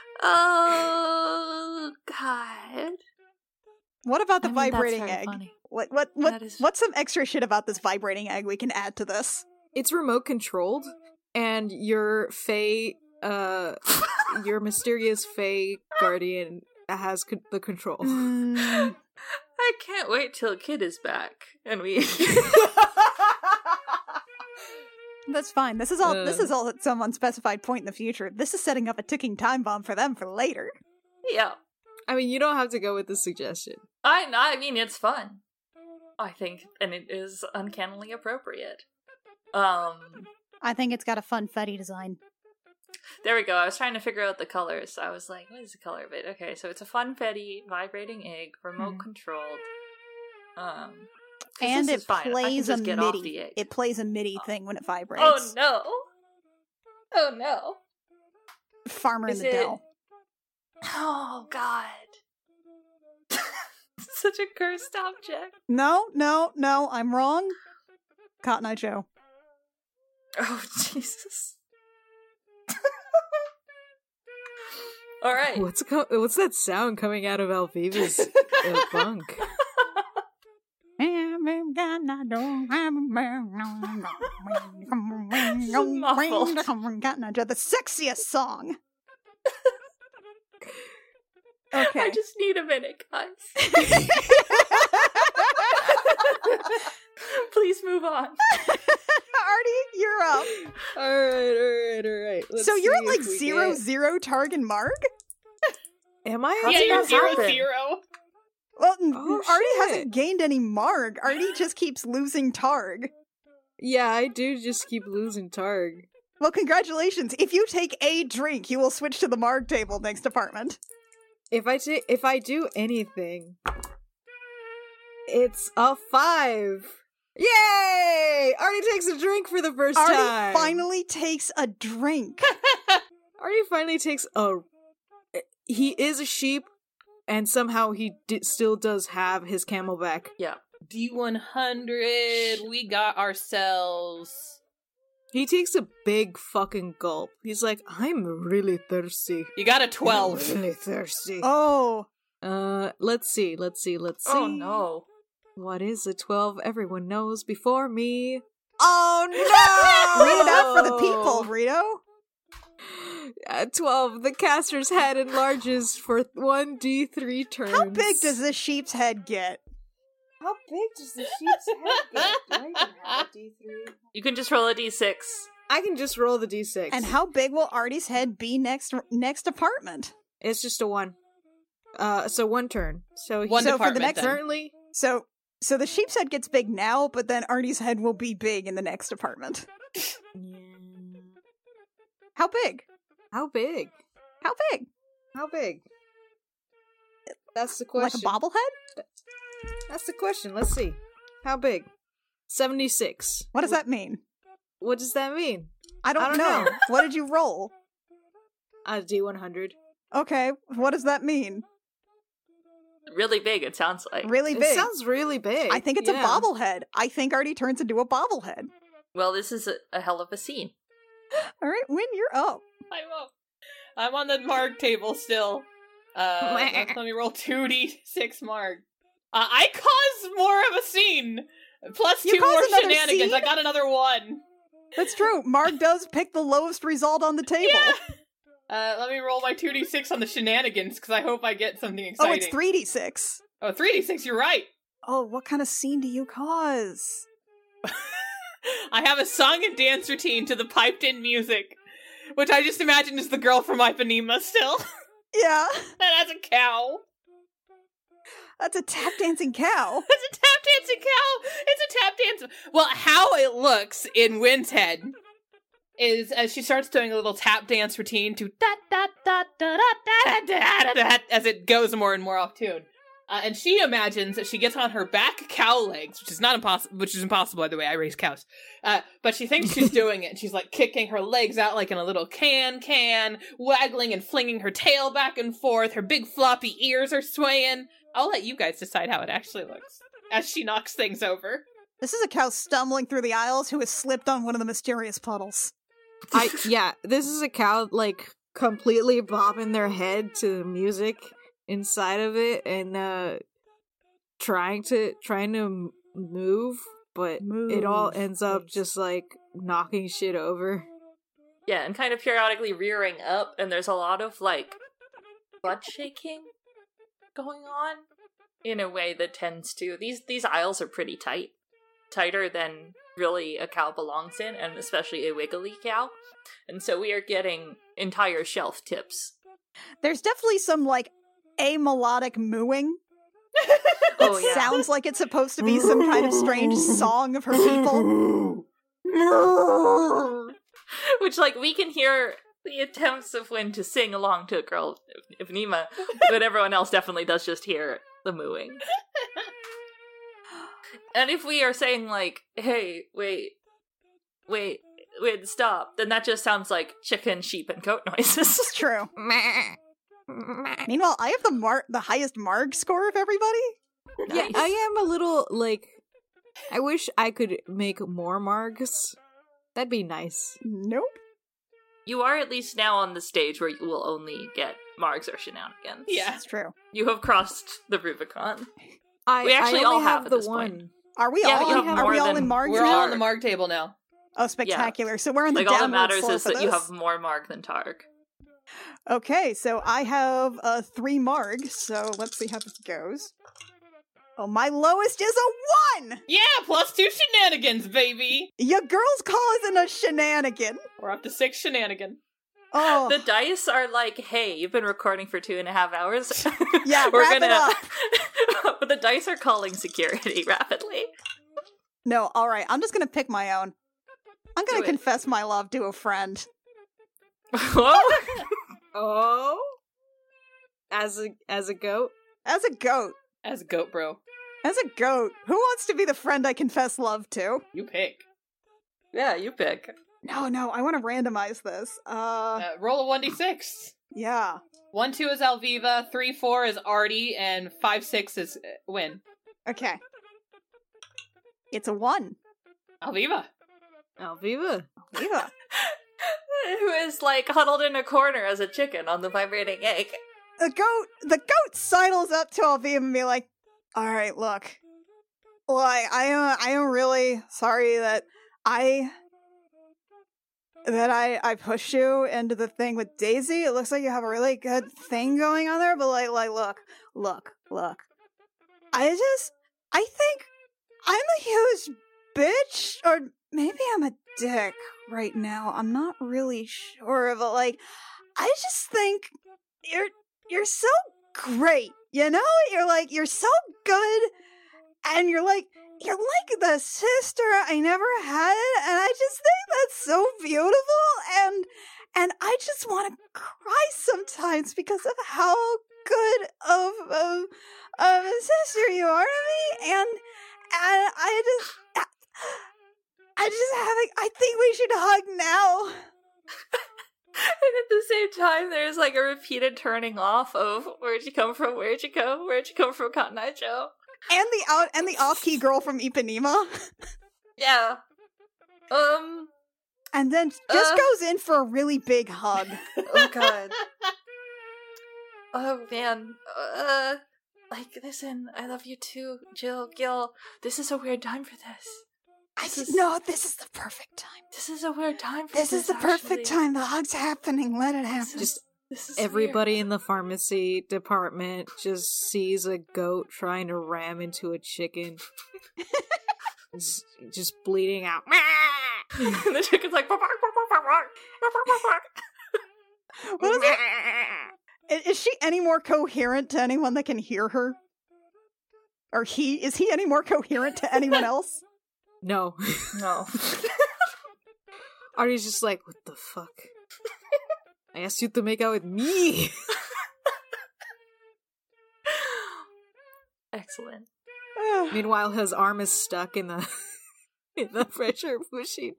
Speaker 3: oh God!
Speaker 1: no! what about the
Speaker 3: I mean, that's
Speaker 1: vibrating
Speaker 3: very
Speaker 1: egg?
Speaker 3: funny.
Speaker 1: What what what?
Speaker 3: That is-
Speaker 1: What's some extra shit about this vibrating egg we can add to this?
Speaker 4: It's remote controlled, and your fey, uh, your mysterious fey guardian has con- the control.
Speaker 1: Mm.
Speaker 3: I can't wait till Kid is back and we.
Speaker 1: That's fine. This is all. this
Speaker 4: Uh.
Speaker 1: is all at some unspecified point in the future. This is setting up a ticking time bomb for them for later.
Speaker 3: yeah,
Speaker 4: I mean, you don't have to go with the suggestion.
Speaker 3: I I mean it's fun. I think, and it is uncannily appropriate. Um,
Speaker 1: I think it's got a fun funny design.
Speaker 3: there we go. I was trying to figure out the colors. I was like, what is the color of it? Okay, so it's a funfetti vibrating egg, remote
Speaker 1: Mhm.
Speaker 3: controlled. Um, 'cause
Speaker 1: and
Speaker 3: this
Speaker 1: it
Speaker 3: is fine. I can
Speaker 1: plays a
Speaker 3: just get off
Speaker 1: MIDI.
Speaker 3: the egg.
Speaker 1: It plays a MIDI thing when it vibrates.
Speaker 3: oh no! Oh no!
Speaker 1: Farmer
Speaker 3: Is
Speaker 1: in the
Speaker 3: it-
Speaker 1: Dell.
Speaker 3: Oh god! Such a cursed object.
Speaker 1: No, no, no, I'm wrong. Cotton Eye Joe.
Speaker 3: Oh Jesus! All right.
Speaker 4: What's co- what's that sound coming out of Alviva's uh, bunk?
Speaker 3: muffled.
Speaker 1: Cotton Eye Joe, the sexiest song. Okay.
Speaker 3: I just need a minute, guys. Please move on.
Speaker 1: Artie, you're up.
Speaker 4: all right, all right, all right. Let's
Speaker 1: so you're
Speaker 4: see
Speaker 1: at like
Speaker 4: if we
Speaker 1: zero zero
Speaker 4: get-
Speaker 1: targ and marg?
Speaker 4: Am I?
Speaker 3: How
Speaker 2: yeah,
Speaker 3: did
Speaker 2: you're
Speaker 3: that
Speaker 2: zero
Speaker 3: happen?
Speaker 2: zero.
Speaker 1: Well, n-
Speaker 4: Oh,
Speaker 1: Artie
Speaker 4: shit.
Speaker 1: hasn't gained any marg. Artie just keeps losing targ.
Speaker 4: Yeah, I do just keep losing Targ.
Speaker 1: Well, congratulations. If you take a drink, you will switch to the marg table next department.
Speaker 4: If I ta- if I do anything, it's a five. Yay! Artie takes a drink for the first
Speaker 1: Artie
Speaker 4: time.
Speaker 1: finally takes a drink.
Speaker 4: Artie finally takes a. He is a sheep, and somehow he d- still does have his camelback.
Speaker 2: D100, we got ourselves.
Speaker 4: He takes a big fucking gulp. He's like, I'm really thirsty.
Speaker 2: You got a 12.
Speaker 4: I'm really thirsty.
Speaker 1: Oh,
Speaker 4: Uh, let's see, let's see, let's see.
Speaker 3: Oh no.
Speaker 4: What is a 12? Everyone knows before me.
Speaker 1: oh no! Read it out for the people, Rito.
Speaker 4: At 12, Uh, the caster's head enlarges for 1d3 turns.
Speaker 1: How big does this sheep's head get?
Speaker 4: How big does the sheep's head
Speaker 2: get?
Speaker 4: Do I
Speaker 2: even have a
Speaker 4: d3?
Speaker 3: You can just roll a d6.
Speaker 4: I can just roll the d6.
Speaker 1: And how big will Artie's head be next next apartment?
Speaker 4: It's just a 1. Uh, so one turn. So he's
Speaker 2: One
Speaker 1: So for the
Speaker 2: department.
Speaker 1: next
Speaker 2: then.
Speaker 4: currently...
Speaker 1: So so the sheep's head gets big now, but then Artie's head will be big in the next apartment. How big?
Speaker 4: How big?
Speaker 1: How big?
Speaker 4: How big? That's the
Speaker 1: Like a
Speaker 4: question.
Speaker 1: bobblehead?
Speaker 4: That's the question. Let's see. How big? 76.
Speaker 1: What does that mean?
Speaker 4: What does that mean?
Speaker 1: I don't,
Speaker 4: I don't
Speaker 1: know.
Speaker 4: know.
Speaker 1: what did you roll?
Speaker 4: A D100.
Speaker 1: Okay, what does that mean?
Speaker 3: Really big, it sounds like.
Speaker 1: Really
Speaker 4: It
Speaker 1: big.
Speaker 4: sounds really big.
Speaker 1: I think it's
Speaker 4: Yeah.
Speaker 1: a bobblehead. I think Artie turns into a bobblehead.
Speaker 3: Well, this is a, a hell of a scene.
Speaker 1: All right, Win, you're up.
Speaker 2: I'm up. I'm on the mark table still. Uh, let, let me roll 2d6 mark. Uh, I caused more of a scene. Plus
Speaker 1: You
Speaker 2: two
Speaker 1: caused
Speaker 2: more
Speaker 1: another
Speaker 2: shenanigans. I
Speaker 1: scene?
Speaker 2: got another one.
Speaker 1: That's true. Marg does pick the lowest result on the table.
Speaker 2: Yeah. Uh, let me roll my 2d6 on the shenanigans because I hope I get something
Speaker 1: oh,
Speaker 2: exciting.
Speaker 1: it's 3d6.
Speaker 2: Oh, 3d6, you're right.
Speaker 1: Oh, what kind of scene do you cause?
Speaker 2: I have a song and dance routine to the piped in music, which I just imagine is the girl from Ipanema still.
Speaker 1: Yeah,
Speaker 2: That's a cow.
Speaker 1: that's a tap dancing cow.
Speaker 2: It's a tap dancing cow. It's a tap dance. Well, how it looks in Wynn's head is as she starts doing a little tap dance routine to da da da da da da da da da as it goes more and more off tune. Uh, and she imagines that she gets on her back cow legs, which is not impossible. Which is impossible, by the way. I raise cows, uh, but she thinks she's doing it. She's like kicking her legs out like in a little can can, waggling and flinging her tail back and forth. Her big floppy ears are swaying. I'll let you guys decide how it actually looks as she knocks things over.
Speaker 1: This is a cow stumbling through the aisles who has slipped on one of the mysterious puddles.
Speaker 4: I yeah, this is a cow like completely bobbing their head to the music inside of it and uh trying to trying to m- move, but it all
Speaker 1: Move,
Speaker 4: ends up
Speaker 1: please.
Speaker 4: just like knocking shit over.
Speaker 3: Yeah, and kind of periodically rearing up, and there's a lot of like butt shaking going on in a way that tends to these these aisles are pretty tight, tighter than really a cow belongs in, and especially a wiggly cow. And so we are getting entire shelf tips.
Speaker 1: There's definitely some like a melodic mooing that
Speaker 3: Oh yeah,
Speaker 1: sounds like it's supposed to be some kind of strange song of her people.
Speaker 3: which like we can hear the attempts of Wynn to sing along to a girl of Nima, but everyone else definitely does just hear the mooing. And if we are saying like, "Hey, wait, wait, wait, stop," then that just sounds like chicken, sheep, and goat noises.
Speaker 1: It's true. Meanwhile, I have the mar- the highest marg score of everybody.
Speaker 4: Yeah, I am a little like I wish I could make more margs. That'd be nice.
Speaker 1: Nope.
Speaker 3: you are at least now on the stage where you will only get margs or shenanigans.
Speaker 2: Yeah.
Speaker 1: That's true.
Speaker 3: you have crossed the Rubicon.
Speaker 4: I
Speaker 3: We actually
Speaker 4: I only
Speaker 3: all have at
Speaker 4: the
Speaker 3: this
Speaker 4: one.
Speaker 3: point.
Speaker 1: Are we
Speaker 3: Yeah,
Speaker 4: but
Speaker 1: all
Speaker 4: you
Speaker 1: in,
Speaker 4: have
Speaker 1: are we
Speaker 3: more
Speaker 1: all in
Speaker 3: than-
Speaker 1: margs
Speaker 2: We're
Speaker 1: now?
Speaker 2: all on the mark table now.
Speaker 1: Oh, spectacular. So we're on the
Speaker 3: Like all
Speaker 1: downward
Speaker 3: that matters
Speaker 1: slope
Speaker 3: is
Speaker 1: of
Speaker 3: that you
Speaker 1: this.
Speaker 3: have more marg than targ.
Speaker 1: Okay, so I have uh, three marg, so let's see how this goes. Oh, my lowest is a one!
Speaker 2: Yeah, plus two shenanigans, baby.
Speaker 1: Your girl's causing a shenanigan.
Speaker 2: We're up to six shenanigans.
Speaker 1: Oh,
Speaker 3: The dice are like, "Hey, you've been recording for two and a half hours.
Speaker 1: yeah, wrap it up.
Speaker 3: but the dice are calling security rapidly.
Speaker 1: No, all right, I'm just gonna pick my own. I'm gonna
Speaker 3: Do it.
Speaker 1: confess my love to a friend.
Speaker 3: Whoa.
Speaker 4: Oh, as a as a goat.
Speaker 1: As a goat.
Speaker 2: As goat bro.
Speaker 1: As a goat, who wants to be the friend I confess love to?
Speaker 2: You pick.
Speaker 3: Yeah, you pick.
Speaker 1: No, no, I want to randomize this. Uh,
Speaker 2: Uh, roll a 1d6.
Speaker 1: yeah.
Speaker 2: 1 2 is Alviva, 3 4 is Artie, and 5 6 is uh, Win.
Speaker 1: Okay. It's a one.
Speaker 2: Alviva.
Speaker 4: Alviva.
Speaker 1: Yeah.
Speaker 3: Who is like huddled in a corner as a chicken on the vibrating egg?
Speaker 1: the goat the goat sidles up to Alvim and be like, Alright, look. Like I am I am really sorry that I that I I pushed you into the thing with Daisy. It looks like you have a really good thing going on there, but like like look, look, look. I just I think I'm a huge bitch or maybe I'm a dick right now. I'm not really sure, but like I just think you're you're so great. You know, you're like you're so good, and you're like you're like the sister I never had, and I just think that's so beautiful. And and I just want to cry sometimes because of how good of of, of a sister you are to me, and and I just. I just have. a- I think we should hug now.
Speaker 3: And at the same time, there's like a repeated turning off of where'd you come from? Where'd you go? Where'd you come from, Cotton Eye Joe?
Speaker 1: And the out and the off-key girl from Ipanema.
Speaker 3: Yeah. Um.
Speaker 1: and then just
Speaker 3: Uh.
Speaker 1: goes in for a really big hug.
Speaker 3: Oh God. oh man. Uh. Like, listen. I love you too, Jill Gil. This is a weird time for this.
Speaker 1: I
Speaker 3: This is-
Speaker 1: no, this is the perfect time.
Speaker 3: This is a weird time for
Speaker 1: This
Speaker 3: this.
Speaker 1: is the
Speaker 3: actually.
Speaker 1: perfect time. The hug's happening. Let it
Speaker 3: This
Speaker 1: happen.
Speaker 3: is-
Speaker 4: Just
Speaker 3: this is weird.
Speaker 4: Everybody in the pharmacy department just sees a goat trying to ram into a chicken. It's just bleeding out.
Speaker 3: and the chicken's like. "Bark, bark, bark, bark, bark, bark, bark, bark."
Speaker 1: What is it? Is, is she any more coherent to anyone that can hear her? Or he? Is he any more coherent to anyone else?
Speaker 4: No.
Speaker 3: No.
Speaker 4: Artie's just like, what the fuck? I asked you to make out with me.
Speaker 3: Excellent.
Speaker 4: Meanwhile, his arm is stuck in the in the pressure machine.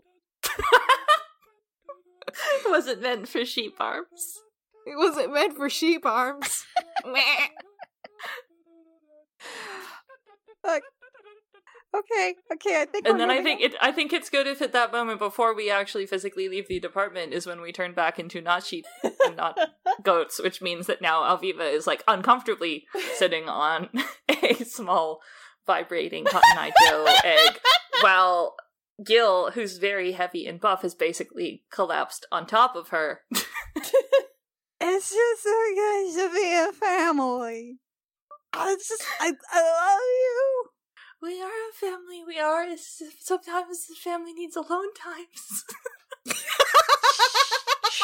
Speaker 3: it wasn't meant for sheep arms.
Speaker 4: It wasn't meant for sheep arms.
Speaker 1: Fuck. okay, okay. I think. we're
Speaker 3: And then I
Speaker 1: moving
Speaker 3: think it I think it's good if at that moment before we actually physically leave the department is when we turn back into not sheep and not goats, which means that now Alviva is like uncomfortably sitting on a small vibrating cotton eye doe egg while Gil, who's very heavy and buff, has basically collapsed on top of her.
Speaker 1: on. It's just so good to be a family. I just. I. I love you.
Speaker 3: We are a family, we are sometimes the family needs alone times.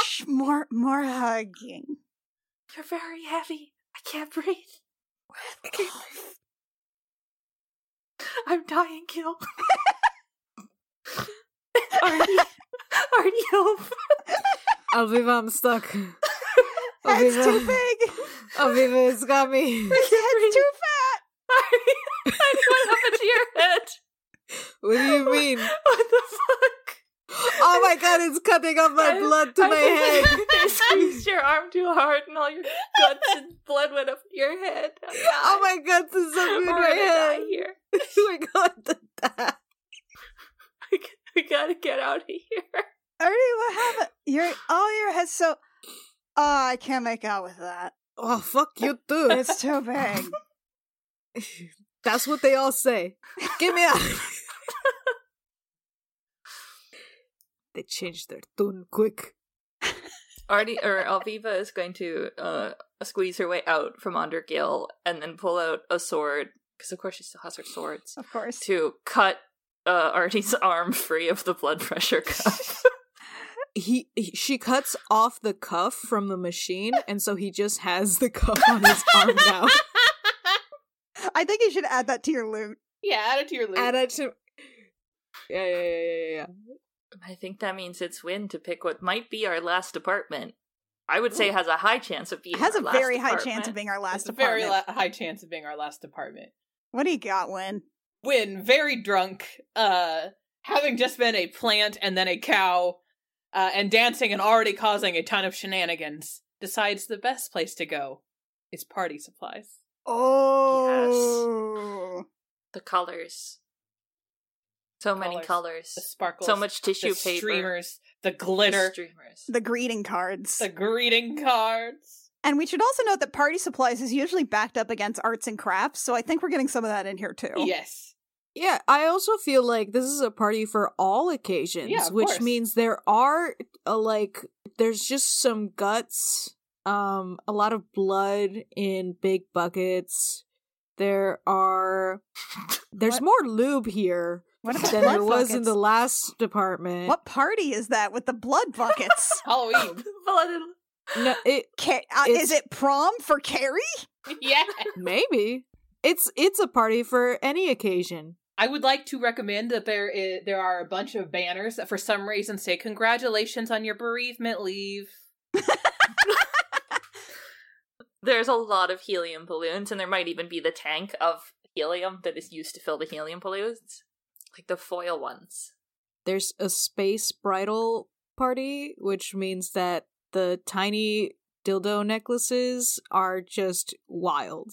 Speaker 1: Shh, more, more hugging.
Speaker 3: You're very heavy. I can't breathe. I'm dying, Gil. Artie, Artie, help.
Speaker 4: Alviva, I'm stuck.
Speaker 1: It's too
Speaker 4: Alviva,
Speaker 1: big.
Speaker 4: Alviva, it's got me.
Speaker 1: It's too fat.
Speaker 3: Artie, what happened to your head?
Speaker 4: What do you mean?
Speaker 3: What the fuck?
Speaker 4: Oh my god, it's cutting off my
Speaker 3: I-
Speaker 4: blood to
Speaker 3: I
Speaker 4: my
Speaker 3: think
Speaker 4: head.
Speaker 3: They squeezed your arm too hard, and all your guts and blood went up your head.
Speaker 4: Oh my god, this is Oh so
Speaker 3: We're
Speaker 4: good
Speaker 3: gonna
Speaker 4: right
Speaker 3: die
Speaker 4: head.
Speaker 3: here.
Speaker 4: We're going to die.
Speaker 3: We g- We gotta get out of here.
Speaker 1: Ernie, what happened? Your all your head's so. Oh, I can't make out with that.
Speaker 4: Oh fuck you too.
Speaker 1: It's too big.
Speaker 4: That's what they all say. Get me out. they changed their tune quick.
Speaker 3: Artie or Alviva is going to uh, squeeze her way out from under Gil and then pull out a sword because, of course, she still has her swords
Speaker 1: Of course.
Speaker 3: to cut uh, Artie's arm free of the blood pressure cuff.
Speaker 4: He, he she cuts off the cuff from the machine, and so he just has the cuff on his arm now.
Speaker 1: I think you should add that to your loot.
Speaker 2: Yeah, add it to your loot.
Speaker 4: Add it to. Yeah, yeah, yeah, yeah, yeah, yeah.
Speaker 3: I think that means it's win to pick what might be our last department. I would say has a high chance of being
Speaker 1: It has
Speaker 3: our
Speaker 1: a
Speaker 3: last
Speaker 1: very high chance of
Speaker 3: department.
Speaker 1: being our last
Speaker 2: it's a
Speaker 1: apartment.
Speaker 2: very la- high chance of being our last department.
Speaker 1: What do you got, Win?
Speaker 2: Win, very drunk, uh, having just been a plant and then a cow, uh, and dancing and already causing a ton of shenanigans, decides the best place to go is party supplies.
Speaker 1: Oh,
Speaker 3: The colors. So many
Speaker 2: Colours.
Speaker 3: colors.
Speaker 2: The sparkles,
Speaker 3: So much
Speaker 2: the
Speaker 3: tissue paper.
Speaker 2: streamers, the
Speaker 3: The
Speaker 2: glitter,
Speaker 3: streamers.
Speaker 1: the greeting cards.
Speaker 2: the greeting cards.
Speaker 1: And we should also note that party supplies is usually backed up against arts and crafts, so I think we're getting some of that in here too.
Speaker 3: Oh.
Speaker 2: Yes,
Speaker 4: Yeah, I also feel like this is a party for all occasions,
Speaker 2: Yeah, of
Speaker 4: which
Speaker 2: course.
Speaker 4: means there are uh, like there's just some guts, um a lot of blood in big buckets. There are there's
Speaker 1: What?
Speaker 4: more lube here
Speaker 1: What about
Speaker 4: than
Speaker 1: blood
Speaker 4: there was in the
Speaker 1: buckets?
Speaker 4: last department.
Speaker 1: What party is that with the blood buckets?
Speaker 2: Halloween.
Speaker 3: Blood
Speaker 4: No, it
Speaker 1: Ca- uh,
Speaker 4: It's-
Speaker 1: is it prom for Carrie?
Speaker 2: yeah.
Speaker 4: maybe it's it's a party for any occasion.
Speaker 2: I would like to recommend that there is, there are a bunch of banners that for some reason say congratulations on your bereavement leave.
Speaker 3: There's a lot of helium balloons, and there might even be the tank of helium that is used to fill the helium balloons, like the foil ones.
Speaker 4: There's a space bridal party, which means that the tiny dildo necklaces are just wild.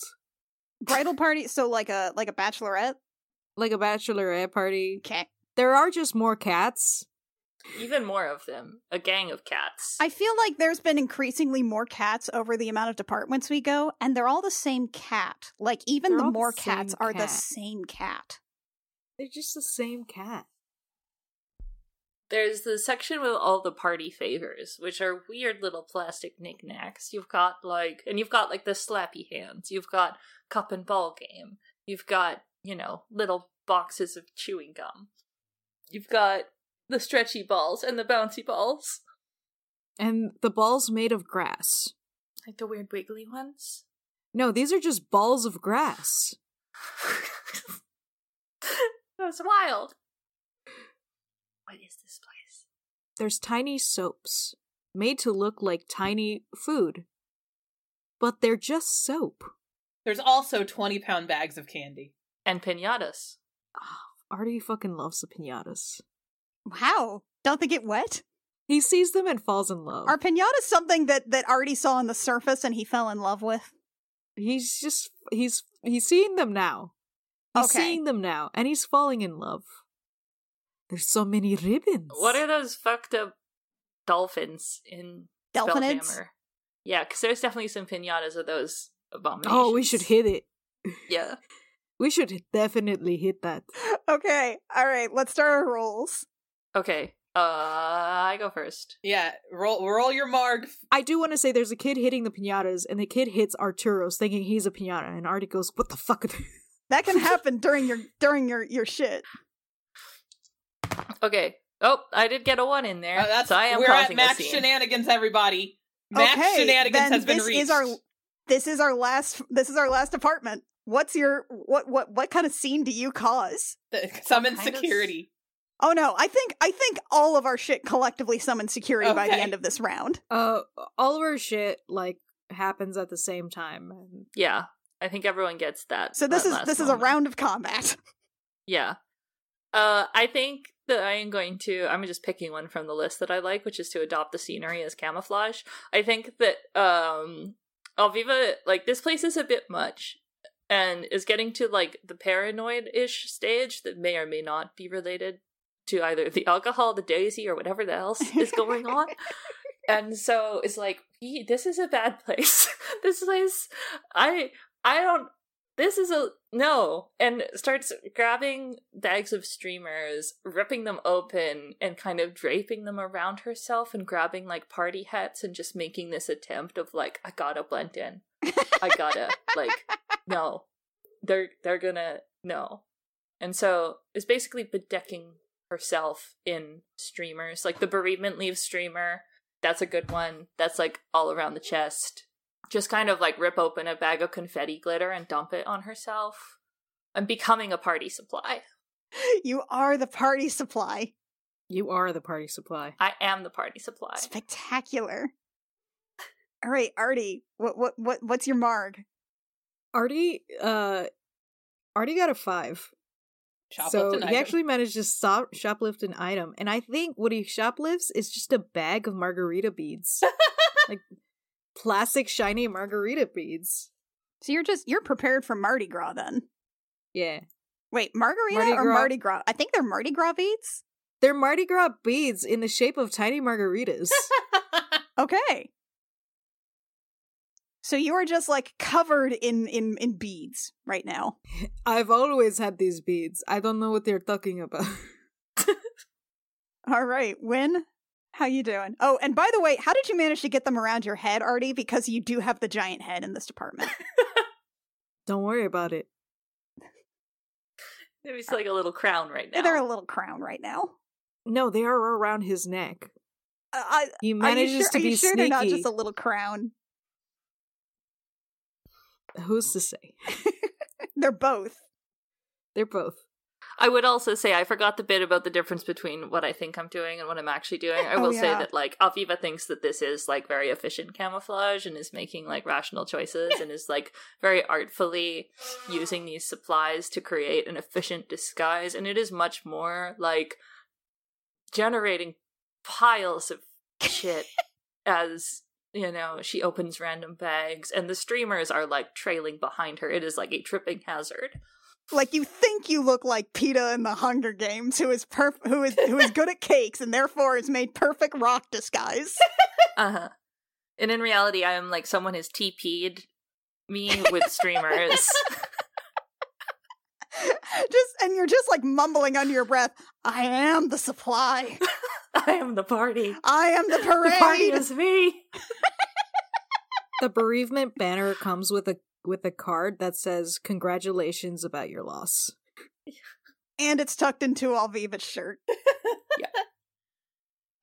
Speaker 1: Bridal party, so like a like a bachelorette.
Speaker 4: Like a bachelorette party.
Speaker 1: Okay.
Speaker 4: There are just more cats.
Speaker 3: Even more of them. A gang of cats.
Speaker 1: I feel like there's been increasingly more cats over the amount of departments we go, and they're all the same cat. Like even
Speaker 4: They're
Speaker 1: the
Speaker 4: all the
Speaker 1: more
Speaker 4: same
Speaker 1: cats are the
Speaker 4: cat.
Speaker 1: same cat.
Speaker 4: They're just the same cat.
Speaker 3: There's the section with all the party favors, which are weird little plastic knickknacks. You've got like, and you've got like the slappy hands. You've got cup and ball game. You've got, you know, little boxes of chewing gum. You've got the stretchy balls and the bouncy balls.
Speaker 4: And the ball's made of grass.
Speaker 3: Like the weird wiggly ones.
Speaker 4: No, these are just balls of grass.
Speaker 3: That's Oh, wild. What is this place?
Speaker 4: There's tiny soaps made to look like tiny food. But they're just soap.
Speaker 2: There's also 20 pound bags of candy.
Speaker 3: And pinatas.
Speaker 4: Artie fucking loves the pinatas.
Speaker 1: Wow. Don't they get wet?
Speaker 4: He sees them and falls in love.
Speaker 1: Are pinatas something that that Artie saw on the surface and he fell in love with?
Speaker 4: he's just he's he's seeing them now. He's
Speaker 1: Okay.
Speaker 4: seeing them now, and he's falling in love. There's so many ribbons.
Speaker 3: What are those fucked up dolphins in
Speaker 1: Delphinids?
Speaker 3: Spelljammer? Yeah, because there's definitely some pinatas of those abominations.
Speaker 4: oh, we should hit it.
Speaker 3: Yeah.
Speaker 4: We should definitely hit that.
Speaker 1: Okay. All right. Let's start our rolls.
Speaker 3: Okay. Uh, I go first.
Speaker 2: Yeah, roll roll your Uh, marg.
Speaker 4: I do want to say there's a kid hitting the pinatas, and the kid hits Arturos, thinking he's a pinata, and Artie goes, "What the fuck?"
Speaker 1: That can happen during your during your your shit.
Speaker 3: Okay. Oh, I did get a one in there.
Speaker 2: Uh, that's
Speaker 3: so I am
Speaker 2: we're at
Speaker 3: causing
Speaker 2: max
Speaker 3: a scene.
Speaker 2: shenanigans, everybody. Max
Speaker 1: okay,
Speaker 2: shenanigans
Speaker 1: then
Speaker 2: has been
Speaker 1: this
Speaker 2: reached.
Speaker 1: is our this is our last this is our last apartment. What's your what what what kind of scene do you cause?
Speaker 2: The- summon
Speaker 3: Kind of-
Speaker 2: security.
Speaker 1: Oh no, I think I think all of our shit collectively summons security by the
Speaker 2: Okay.
Speaker 1: end of this round.
Speaker 4: uh, all of our shit like happens at the same time. and
Speaker 3: yeah, I think everyone gets that.
Speaker 1: So this
Speaker 3: that
Speaker 1: is
Speaker 3: last
Speaker 1: this is a
Speaker 3: moment.
Speaker 1: round of combat.
Speaker 3: Yeah. Uh, I think that I am going to. I'm just picking one from the list that I like, which is to adopt the scenery as camouflage. I think that um, Alviva, like this place is a bit much, and is getting to like the paranoid-ish stage that may or may not be related to either the alcohol, the daisy, or whatever the else is going on. and so it's like, "Ee, this is a bad place. this place, I, I don't this is a no and starts grabbing bags of streamers ripping them open and kind of draping them around herself and grabbing like party hats and just making this attempt of like i gotta blend in i gotta like no they're they're gonna no and so it's basically bedecking herself in streamers like the bereavement leave streamer that's a good one that's like all around the chest just kind of like rip open a bag of confetti glitter and dump it on herself. I'm becoming a party supply.
Speaker 1: You are the party supply.
Speaker 4: You are the party supply.
Speaker 3: I am the party supply.
Speaker 1: Spectacular. All right, Artie, what what what what's your marg?
Speaker 4: Artie uh Artie got a five.
Speaker 2: Chopped
Speaker 4: so
Speaker 2: up
Speaker 4: he
Speaker 2: an item.
Speaker 4: actually managed to stop shoplift an item, and I think what he shoplifts is just a bag of margarita beads, like plastic shiny margarita beads.
Speaker 1: So you're just you're prepared for Mardi Gras then.
Speaker 4: Yeah,
Speaker 1: Wait, margarita
Speaker 4: Mardi
Speaker 1: or
Speaker 4: Gras.
Speaker 1: Mardi Gras? I think they're Mardi Gras beads.
Speaker 4: they're Mardi Gras beads in the shape of tiny margaritas.
Speaker 1: Okay. So you are just like covered in in in beads right now.
Speaker 4: I've always had these beads. I don't know what they're talking about.
Speaker 1: All right, Win. How you doing? Oh, and by the way, how did you manage to get them around your head, Artie? Because you do have the giant head in this department.
Speaker 4: don't worry about it.
Speaker 3: It's like a little crown right now.
Speaker 1: They're a little crown right now.
Speaker 4: No, they are around his neck.
Speaker 1: Uh, I,
Speaker 4: He
Speaker 1: are you
Speaker 4: manages
Speaker 1: sure,
Speaker 4: to
Speaker 1: are
Speaker 4: be
Speaker 1: you sure they're
Speaker 4: sneaky.
Speaker 1: not just a little crown?
Speaker 4: Who's to say?
Speaker 1: They're both.
Speaker 4: They're both.
Speaker 3: I would also say I forgot the bit about the difference between what I think I'm doing and what I'm actually doing. I
Speaker 1: Oh,
Speaker 3: will say
Speaker 1: yeah.
Speaker 3: that like Aviva thinks that this is like very efficient camouflage and is making like rational choices and is like very artfully using these supplies to create an efficient disguise and it is much more like generating piles of shit as you know she opens random bags and the streamers are like trailing behind her it is like a tripping hazard
Speaker 1: Like you think you look like PETA in the Hunger Games, who is perf- who is who is good at cakes and therefore is made perfect rock disguise.
Speaker 3: Uh-huh. And in reality, I am like someone has TP'd me with streamers.
Speaker 1: just and you're just like mumbling under your breath, I am the supply.
Speaker 3: I am the party.
Speaker 1: I am the
Speaker 3: The party
Speaker 1: parade.
Speaker 3: is me.
Speaker 4: The bereavement banner comes with a with a card that says "Congratulations about your loss."
Speaker 1: and it's tucked into Alviva's shirt.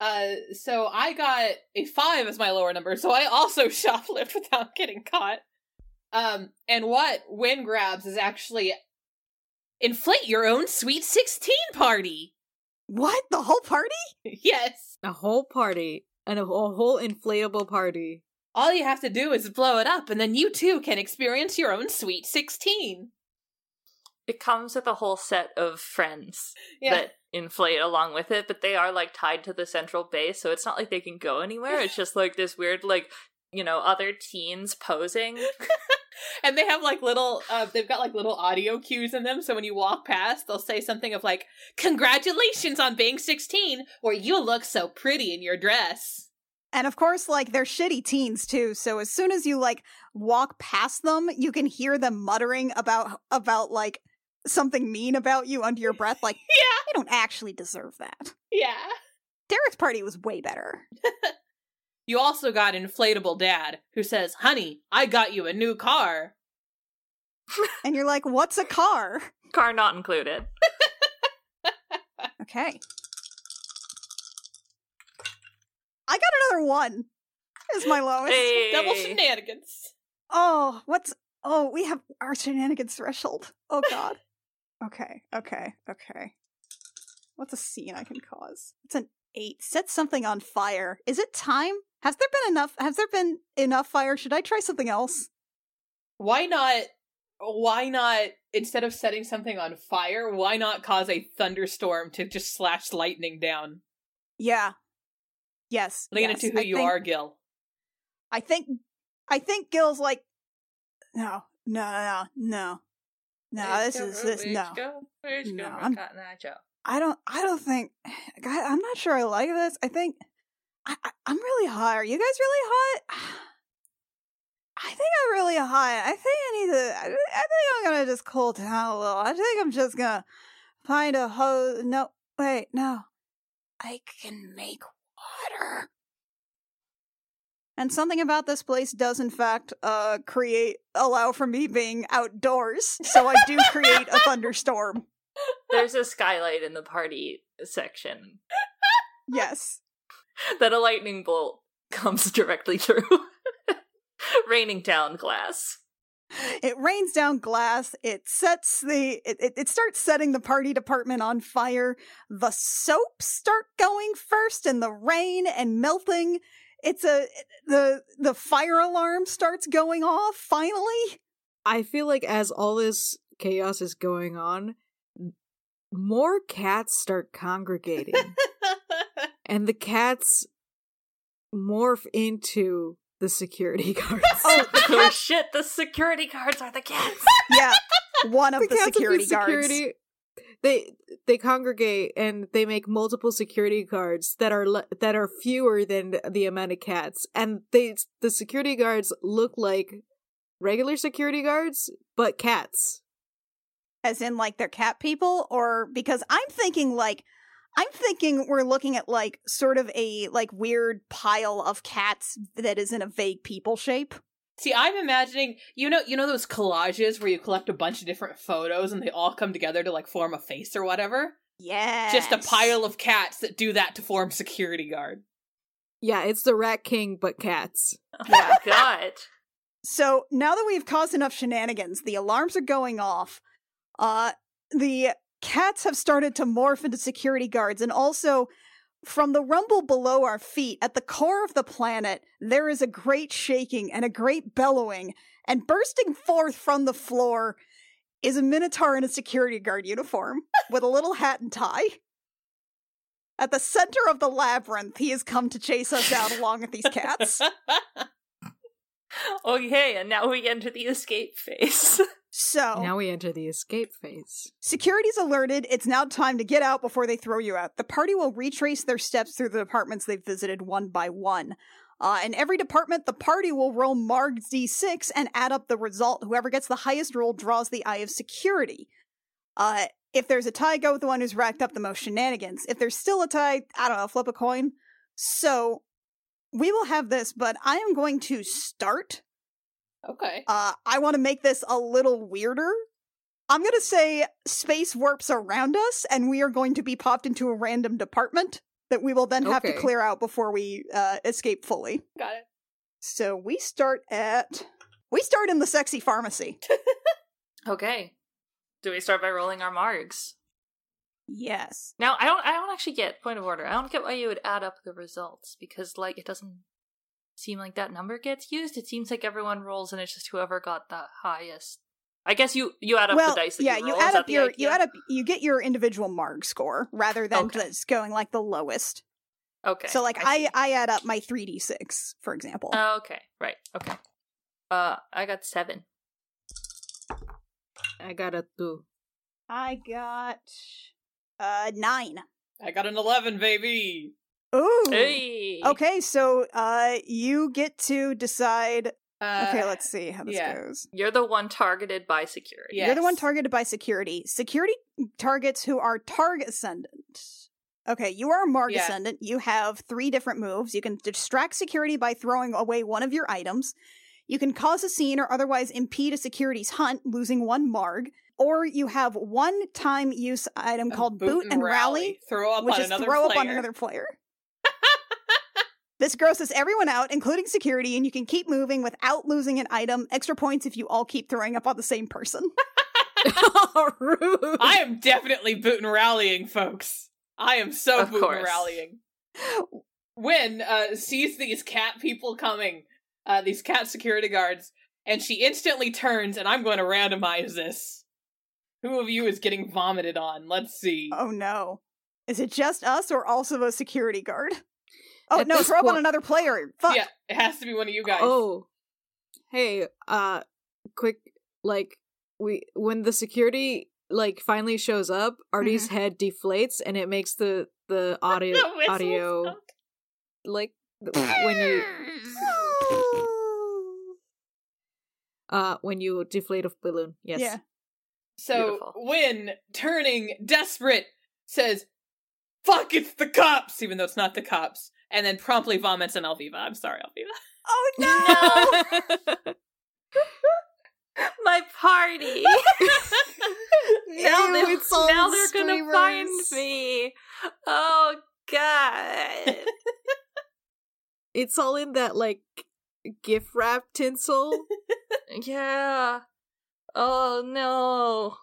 Speaker 2: Uh, so I got a five as my lower number, so I also shoplift without getting caught. Um, and what Win grabs is actually inflate your own Sweet Sixteen party.
Speaker 1: What? The whole party?
Speaker 2: yes,
Speaker 4: A whole party and a whole, a whole inflatable party.
Speaker 2: all you have to do is blow it up, and then you too can experience your own Sweet Sixteen.
Speaker 3: It comes with a whole set of friends
Speaker 2: Yeah,
Speaker 3: that inflate along with it, but they are like tied to the central base, so it's not like they can go anywhere. It's just like this weird, like, you know, other teens posing.
Speaker 2: and they have like little, uh, they've got like little audio cues in them. So when you walk past, they'll say something of like, "Congratulations on being 16, or "You look so pretty in your dress."
Speaker 1: And of course, like they're shitty teens too. So as soon as you like walk past them, you can hear them muttering about about like something mean about you under your breath. Like
Speaker 2: Yeah,
Speaker 1: they don't actually deserve that.
Speaker 2: yeah.
Speaker 1: Derek's party was way better.
Speaker 2: You also got inflatable dad who says, "Honey, I got you a new car."
Speaker 1: And you're like, what's a car?
Speaker 3: Car not included.
Speaker 1: Okay. I got another one. Oh, Is my lowest.
Speaker 2: Double
Speaker 1: Eh.
Speaker 3: Hey.
Speaker 2: shenanigans.
Speaker 1: Oh, what's oh, we have our shenanigans threshold. Oh god. okay, okay, okay. What's a scene I can cause? It's an eight. Set something on fire. Is it time? Has there been enough has there been enough fire? Should I try something else?
Speaker 2: Why not? Why not? Instead of setting something on fire, why not cause a thunderstorm to just slash lightning down?
Speaker 1: Yeah. Yes.
Speaker 2: Lean
Speaker 1: yes,
Speaker 2: into who
Speaker 1: I
Speaker 2: you
Speaker 1: think-
Speaker 2: are, Gil.
Speaker 1: I think I think Gil's like No, no, no, no. No, this is this no. No, I'm- I don't. I don't think. God, I'm not sure. I like this. I think. I, I, I'm really hot. Are you guys really hot? I think I'm really hot. I think I need to. I, I think I'm gonna just cool down a little. I think I'm just gonna find a hose. No, wait, no. I can make water. And something about this place does, in fact, uh, create allow for me being outdoors. So I do create a thunderstorm.
Speaker 3: There's a skylight in the party section
Speaker 1: Yes.
Speaker 3: that a lightning bolt comes directly through. Raining down glass.
Speaker 1: it rains down glass it sets the it, it, it starts setting the party department on fire the soaps start going first in the rain and melting it's a the the fire alarm starts going off finally
Speaker 4: I feel like as all this chaos is going on, more cats start congregating. and the cats morph into the security guards.
Speaker 3: oh shit, the security guards are the cats.
Speaker 1: yeah, one of the,
Speaker 4: cats will be
Speaker 1: security guards.
Speaker 4: security- They they congregate and they make multiple security guards that are le- that are fewer than the amount of cats, and they the security guards look like regular security guards but cats.
Speaker 1: as in like they're cat people or because i'm thinking like i'm thinking we're looking at like sort of a like weird pile of cats that is in a vague people shape
Speaker 2: See, I'm imagining you know you know those collages where you collect a bunch of different photos and they all come together to like form a face or whatever.
Speaker 1: yeah
Speaker 2: Just a pile of cats that do that to form security guard.
Speaker 4: Yeah, it's the Rat King but cats.
Speaker 3: Oh my god.
Speaker 1: so now that we've caused enough shenanigans the alarms are going off uh the cats have started to morph into security guards and also from the rumble below our feet at the core of the planet there is a great shaking and a great bellowing and bursting forth from the floor is a minotaur in a security guard uniform with a little hat and tie at the center of the labyrinth he has come to chase us out along with these cats
Speaker 3: Okay, and now we enter the escape phase.
Speaker 1: so
Speaker 4: Now we enter the escape phase.
Speaker 1: Security's alerted. It's now time to get out before they throw you out. The party will retrace their steps through the departments they've visited one by one. Uh, in every department, the party will roll Marg D6 and add up the result. Whoever gets the highest roll draws the Eye of Security. Uh, if there's a tie, go with the one who's racked up the most shenanigans. If there's still a tie, I don't know, flip a coin. So we will have this, but I am going to start
Speaker 2: Okay.
Speaker 1: uh, I want to make this a little weirder. I'm going to say space warps around us, and we are going to be popped into a random department that we will then have to
Speaker 4: Okay.
Speaker 1: clear out before we uh, escape fully.
Speaker 2: Got it.
Speaker 1: So we start at. We start in the sexy pharmacy.
Speaker 3: okay. Do we start by rolling our margs?
Speaker 1: yes.
Speaker 3: Now I don't I don't actually get point of order. I don't get why you would add up the results because like it doesn't seem like that number gets used. It seems like everyone rolls and it's just whoever got the highest. I guess you you add up
Speaker 1: well,
Speaker 3: the dice that
Speaker 1: yeah,
Speaker 3: you
Speaker 1: you,
Speaker 3: roll.
Speaker 1: add up your you add up you get your individual marg score rather than
Speaker 3: Okay.
Speaker 1: just going like the lowest.
Speaker 3: Okay.
Speaker 1: So like
Speaker 3: see. Uh
Speaker 1: I I add up my 3d6 for example.
Speaker 3: Oh, Okay, right. Okay. Uh I got 7.
Speaker 4: I gotta do.
Speaker 1: I got uh 9.
Speaker 2: I got an eleven, baby.
Speaker 1: Ooh.
Speaker 3: Hey.
Speaker 1: Okay, so uh you get to decide
Speaker 2: Uh,
Speaker 1: Okay, let's see how this
Speaker 2: yeah.
Speaker 1: goes.
Speaker 3: You're the one targeted by security.
Speaker 2: Yeah.
Speaker 1: You're the one
Speaker 2: Yes.
Speaker 1: targeted by security. Security targets who are target ascendant. Okay, you are a Marg
Speaker 2: Yeah.
Speaker 1: ascendant. You have three different moves. You can distract security by throwing away one of your items. You can cause a scene or otherwise impede a security's hunt, losing one Marg. Or you have one time use item
Speaker 2: A
Speaker 1: called boot, and rally
Speaker 2: Throw up
Speaker 1: which
Speaker 2: on
Speaker 1: is
Speaker 2: another
Speaker 1: throw up on
Speaker 2: player.
Speaker 1: another player. this grosses everyone out, including security, and you can keep moving without losing an item. Extra points if you all keep throwing up on the same person.
Speaker 4: Rude.
Speaker 2: I am definitely boot and rallying, folks. I am so
Speaker 3: Of
Speaker 2: boot
Speaker 3: course.
Speaker 2: and rallying. Wynn uh, sees these cat people coming, uh, these cat security guards, and she instantly turns, and I'm going to randomize this. Who of you is getting vomited on? Let's see.
Speaker 1: oh no. Is it just us or also a security guard? Oh
Speaker 4: At
Speaker 1: no,
Speaker 4: this
Speaker 1: throw up on
Speaker 4: point-
Speaker 1: another player. Fuck.
Speaker 2: Yeah, it has to be one of you guys.
Speaker 4: Oh, hey, uh, quick, like we when the security like finally shows up, Artie's
Speaker 3: Mm-hmm.
Speaker 4: head deflates and it makes the the audio
Speaker 2: The whistle's
Speaker 4: audio
Speaker 2: up.
Speaker 4: like th- when you uh when you deflate a balloon. Yes.
Speaker 1: Yeah.
Speaker 2: So
Speaker 3: Beautiful.
Speaker 2: Wynn, turning desperate, says, Fuck, it's the cops! Even though it's not the cops. And then promptly vomits on Alviva. I'm sorry, Alviva.
Speaker 1: Oh no.
Speaker 3: No! My party. now
Speaker 4: Ew,
Speaker 3: they're,
Speaker 4: it's all
Speaker 3: now
Speaker 4: the
Speaker 3: they're gonna find
Speaker 4: streamers.
Speaker 3: me. Oh god.
Speaker 4: It's all in that like gift wrap tinsel.
Speaker 3: yeah. Oh no.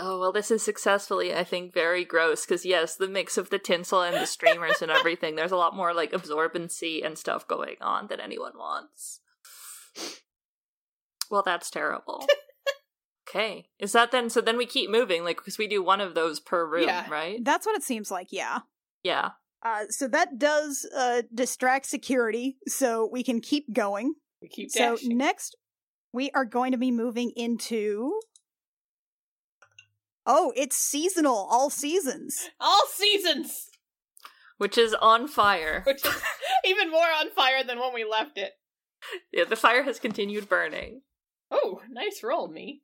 Speaker 3: Oh well, this is successfully, I think, very gross. Because yes, the mix of the tinsel and the streamers and everything, there's a lot more like absorbency and stuff going on than anyone wants. Well, that's terrible. Okay. Is that then? So then we keep moving, like, because we do one of those per room,
Speaker 2: Yeah.
Speaker 3: right?
Speaker 1: That's what it seems like, yeah.
Speaker 3: Yeah.
Speaker 1: Uh, so that does uh, distract security, so we can keep going.
Speaker 2: We keep
Speaker 1: So
Speaker 2: dashing.
Speaker 1: next, we are going to be moving into. Oh, it's seasonal, all seasons.
Speaker 2: All seasons,
Speaker 3: Which is on fire.
Speaker 2: which is even more on fire than when we left it.
Speaker 3: Yeah, the fire has continued burning.
Speaker 2: Oh, nice roll, me.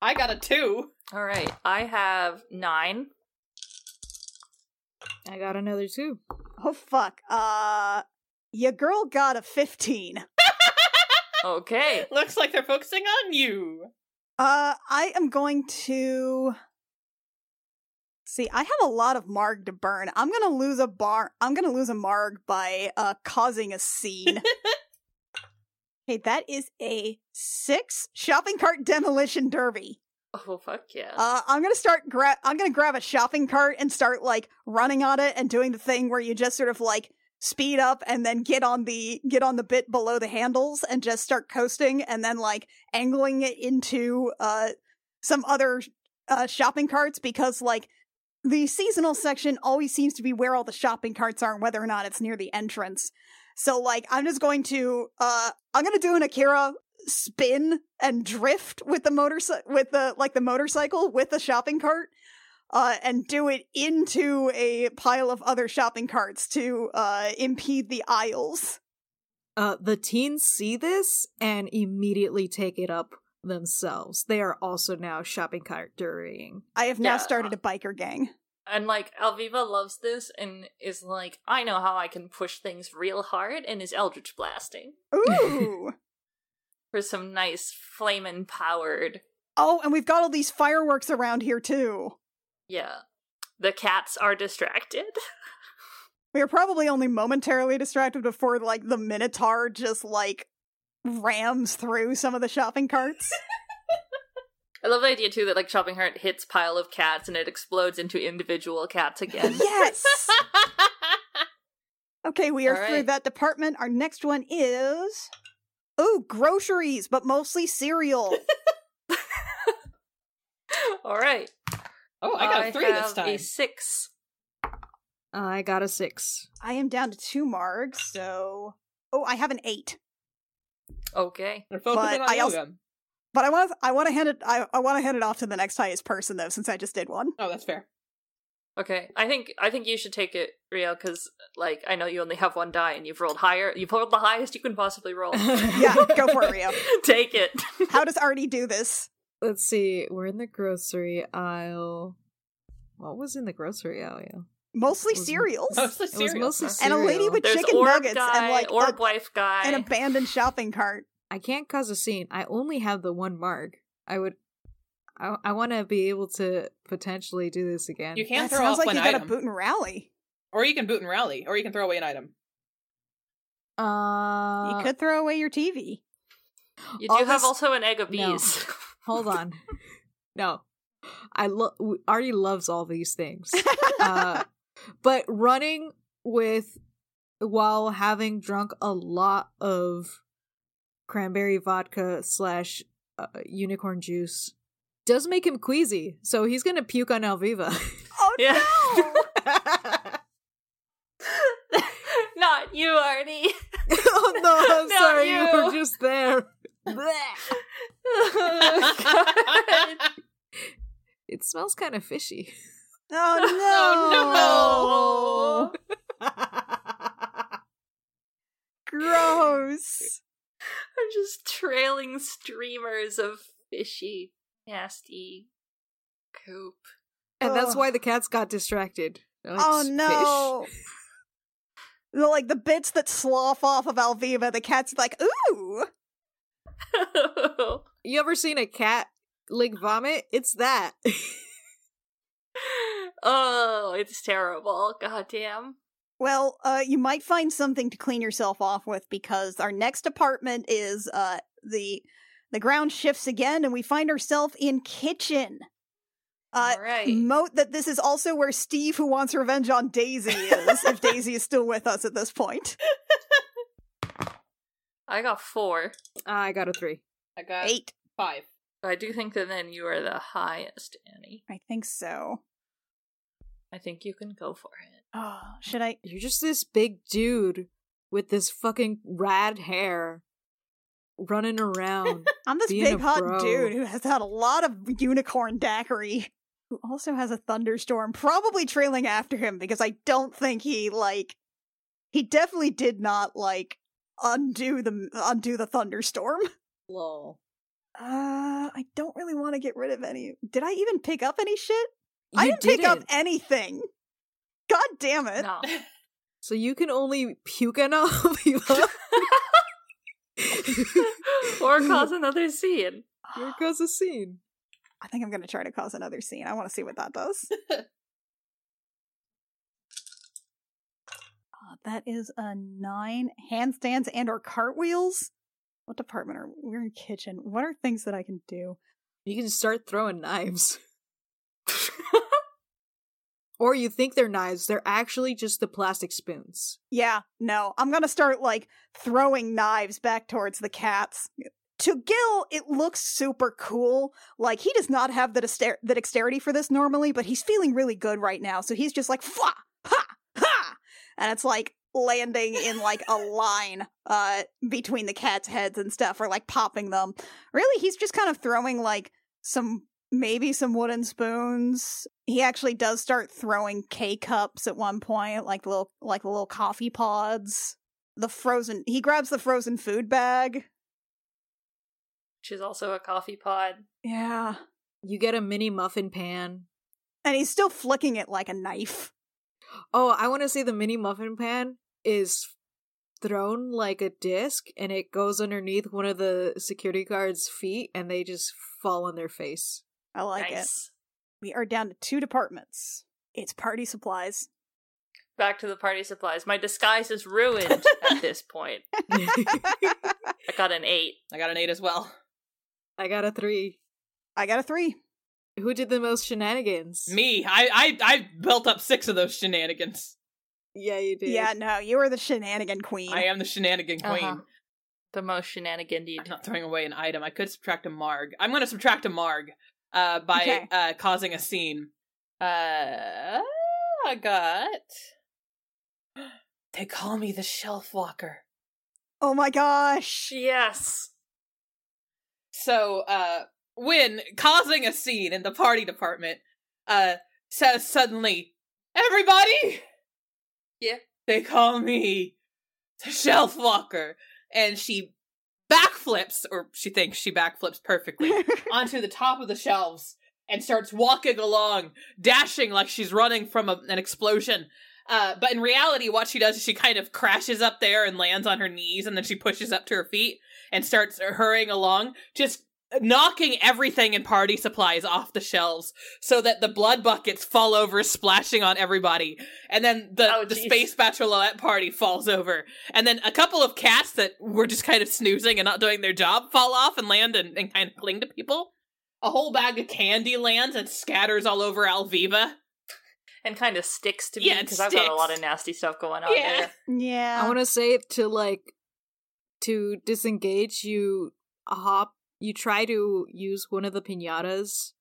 Speaker 2: I got a two.
Speaker 3: All right. I have nine.
Speaker 4: I got another two.
Speaker 1: Oh fuck. Uh, your girl got a fifteen.
Speaker 3: Okay.
Speaker 2: Looks like they're focusing on you.
Speaker 1: Uh, I am going to see. I have a lot of marg to burn. I'm gonna lose a bar. I'm gonna lose a marg by uh causing a scene. okay, that is a six shopping cart demolition derby.
Speaker 3: Oh, fuck yeah.
Speaker 1: Uh, I'm gonna start grab. I'm gonna grab a shopping cart and start like running on it and doing the thing where you just sort of like speed up and then get on the get on the bit below the handles and just start coasting and then like angling it into uh some other uh shopping carts because like the seasonal section always seems to be where all the shopping carts are and whether or not it's near the entrance. So like I'm just going to uh I'm gonna do an Akira spin and drift with the motorcycle with the like the motorcycle with the shopping cart uh and do it into a pile of other shopping carts to uh impede the aisles
Speaker 4: Uh, the teens see this and immediately take it up themselves. They are also now shopping cart derbying.
Speaker 1: i have now
Speaker 3: Yeah.
Speaker 1: started a biker gang
Speaker 3: And like Alviva loves this and is like, I know how I can push things real hard and is Eldritch blasting
Speaker 1: ooh
Speaker 3: for some nice flame empowered.
Speaker 1: oh and we've got all these fireworks around here too
Speaker 3: Yeah. The cats are distracted.
Speaker 1: we were probably only momentarily distracted before like the minotaur just like rams through some of the shopping carts
Speaker 3: I love the idea too that like shopping cart hits pile of cats and it explodes into individual cats again.
Speaker 1: yes Okay, we are
Speaker 3: All
Speaker 1: through
Speaker 3: right.
Speaker 1: that department. Our next one is oh, groceries, but mostly cereal.
Speaker 3: All right.
Speaker 2: Oh, I got a three
Speaker 3: have
Speaker 2: this time.
Speaker 3: A six.
Speaker 4: uh, I got a six.
Speaker 1: I am down to two marks, so oh, I have an eight.
Speaker 3: Okay.
Speaker 2: They're focusing
Speaker 1: but
Speaker 2: on
Speaker 1: I
Speaker 2: you
Speaker 1: also-
Speaker 2: again.
Speaker 1: But I want to I want to hand it I, I want to hand it off to the next highest person though, since I just did one.
Speaker 2: Oh, that's fair.
Speaker 3: Okay. I think I think you should take it, Rio, because like I know you only have one die and you've rolled higher. You've rolled the highest you can possibly roll.
Speaker 1: Yeah, go for it, Rio.
Speaker 3: take it.
Speaker 1: How does Artie do this?
Speaker 4: Let's see. We're in the grocery aisle. What was in the grocery aisle?
Speaker 1: Mostly
Speaker 4: It was-
Speaker 1: cereals
Speaker 2: Mostly
Speaker 4: It was
Speaker 2: cereal.
Speaker 4: mostly
Speaker 1: and a
Speaker 4: cereal.
Speaker 1: lady with
Speaker 3: There's
Speaker 1: chicken
Speaker 3: orb
Speaker 1: nuggets
Speaker 3: guy,
Speaker 1: and like
Speaker 3: orb
Speaker 1: a-
Speaker 3: wife guy.
Speaker 1: an abandoned shopping cart.
Speaker 4: I can't cause a scene. I only have the one mark. I would. I, I want to be able to potentially do this again.
Speaker 2: You can
Speaker 1: that
Speaker 2: throw off
Speaker 1: sounds like
Speaker 2: one
Speaker 1: you got
Speaker 2: item,
Speaker 1: a boot and rally.
Speaker 2: or you can boot and rally, or you can throw away an item.
Speaker 4: Uh,
Speaker 2: Uh
Speaker 1: you could throw away your TV.
Speaker 3: you
Speaker 4: all
Speaker 3: do have
Speaker 4: this-
Speaker 3: also an egg of
Speaker 4: No.
Speaker 3: bees.
Speaker 4: Hold on. no, I love. Artie loves all these things. uh, but running with while having drunk a lot of cranberry vodka slash uh, unicorn juice does make him queasy. So he's gonna puke on Alviva.
Speaker 1: oh
Speaker 3: Yeah.
Speaker 1: no!
Speaker 3: Not you, Arnie.
Speaker 4: oh no! I'm
Speaker 3: Not
Speaker 4: sorry, you.
Speaker 3: you.
Speaker 4: were just there. it smells kind of fishy.
Speaker 1: Oh no!
Speaker 2: Oh,
Speaker 1: Oh, Gross.
Speaker 3: I'm just trailing streamers of fishy, nasty poop.
Speaker 4: and that's
Speaker 1: Ugh.
Speaker 4: why the cats got distracted. They're like,
Speaker 1: oh
Speaker 4: "Fish?"
Speaker 1: no. The, like the bits that slough off of Alviva, the cat's like, ooh.
Speaker 4: You ever seen a cat like vomit? It's that.
Speaker 3: oh, it's terrible. Goddamn.
Speaker 1: Well, uh, you might find something to clean yourself off with because our next apartment is uh the the ground shifts again, and we find ourselves in kitchen. Uh,
Speaker 3: All right.
Speaker 1: Note that this is also where Steve, who wants revenge on Daisy, is. if Daisy is still with us at this point,
Speaker 3: I got four.
Speaker 4: I got a three.
Speaker 2: I got
Speaker 1: eight.
Speaker 2: five.
Speaker 3: I do think that then you are the highest, Annie.
Speaker 1: I think so.
Speaker 3: I think you can go for it.
Speaker 1: Oh, should I?
Speaker 4: You're just this big dude with this fucking rad hair running around.
Speaker 1: I'm this
Speaker 4: Being
Speaker 1: big
Speaker 4: a
Speaker 1: hot
Speaker 4: bro.
Speaker 1: dude who has had a lot of unicorn daiquiri, who also has a thunderstorm probably trailing after him because I don't think he like he definitely did not like undo the undo the thunderstorm.
Speaker 4: Lol.
Speaker 1: Uh, I don't really want to get rid of any. Did I even pick up any shit? I
Speaker 4: You
Speaker 1: didn't pick up
Speaker 4: didn't.
Speaker 1: anything. God damn it!
Speaker 3: No.
Speaker 4: So you can only puke on all people.
Speaker 3: or cause another scene.
Speaker 4: Here goes a scene.
Speaker 1: I think I'm gonna try to cause another scene. I want to see what that does. Uh, that is a nine handstands and or cartwheels. What department are we're in? Kitchen. What are things that I can do?
Speaker 4: You can start throwing knives. or you think they're knives, they're actually just the plastic spoons.
Speaker 1: Yeah, no, I'm gonna start like throwing knives back towards the cats. To Gil, it looks super cool. Like he does not have the, dexter- the dexterity for this normally, but he's feeling really good right now, so he's just like fa ha ha, and it's like landing in like a line uh between the cats' heads and stuff, or like popping them. Really, he's just kind of throwing like some maybe some wooden spoons. He actually does start throwing K cups at one point, like little like little coffee pods. The frozen he grabs the frozen food bag.
Speaker 3: Which is also a coffee pod.
Speaker 1: Yeah.
Speaker 4: You get a mini muffin pan.
Speaker 1: And he's still flicking it like a knife.
Speaker 4: Oh, I want to say the mini muffin pan is thrown like a disc and it goes underneath one of the security guard's feet and they just fall on their face.
Speaker 1: I like it.
Speaker 3: nice.
Speaker 1: We are down to two departments. It's party supplies.
Speaker 3: Back to the party supplies. My disguise is ruined at this point. I got an eight.
Speaker 2: I got an eight as well.
Speaker 4: I got a three.
Speaker 1: I got a three.
Speaker 4: Who did the most shenanigans?
Speaker 2: Me, I, I, I built up six of those shenanigans.
Speaker 4: Yeah, you did.
Speaker 1: Yeah, no, you are the shenanigan queen.
Speaker 2: I am the shenanigan queen.
Speaker 3: Uh-huh. The most shenanigan
Speaker 2: I'm not throwing away an item. I could subtract a marg. I'm going to subtract a marg uh, by
Speaker 1: Okay.
Speaker 2: uh, causing a scene. Uh, I got. They call me the shelf walker.
Speaker 1: oh my gosh.
Speaker 3: Yes.
Speaker 2: So, uh, Win, causing a scene in the party department, uh, says suddenly, Everybody!
Speaker 3: Yeah.
Speaker 2: They call me the Shelf Walker. And she backflips, or she thinks she backflips perfectly, onto the top of the shelves and starts walking along, dashing like she's running from a, an explosion. Uh, but in reality, what she does is she kind of crashes up there and lands on her knees, and then she pushes up to her feet and starts hurrying along, just knocking everything in party supplies off the shelves so that the blood buckets fall over, splashing on everybody. And then the,
Speaker 3: Oh,
Speaker 2: the
Speaker 3: jeez.
Speaker 2: space bachelorette party falls over. And then a couple of cats that were just kind of snoozing and not doing their job fall off and land and, and kind of cling to people. A whole bag of candy lands and scatters all over Alviva.
Speaker 3: And kind of sticks to me
Speaker 2: Yeah, it
Speaker 3: because I've got a lot
Speaker 2: sticks.
Speaker 3: of nasty stuff going on
Speaker 2: Yeah.
Speaker 3: there.
Speaker 1: yeah.
Speaker 4: I want to say to like to disengage you hop you try to use one of the piñatas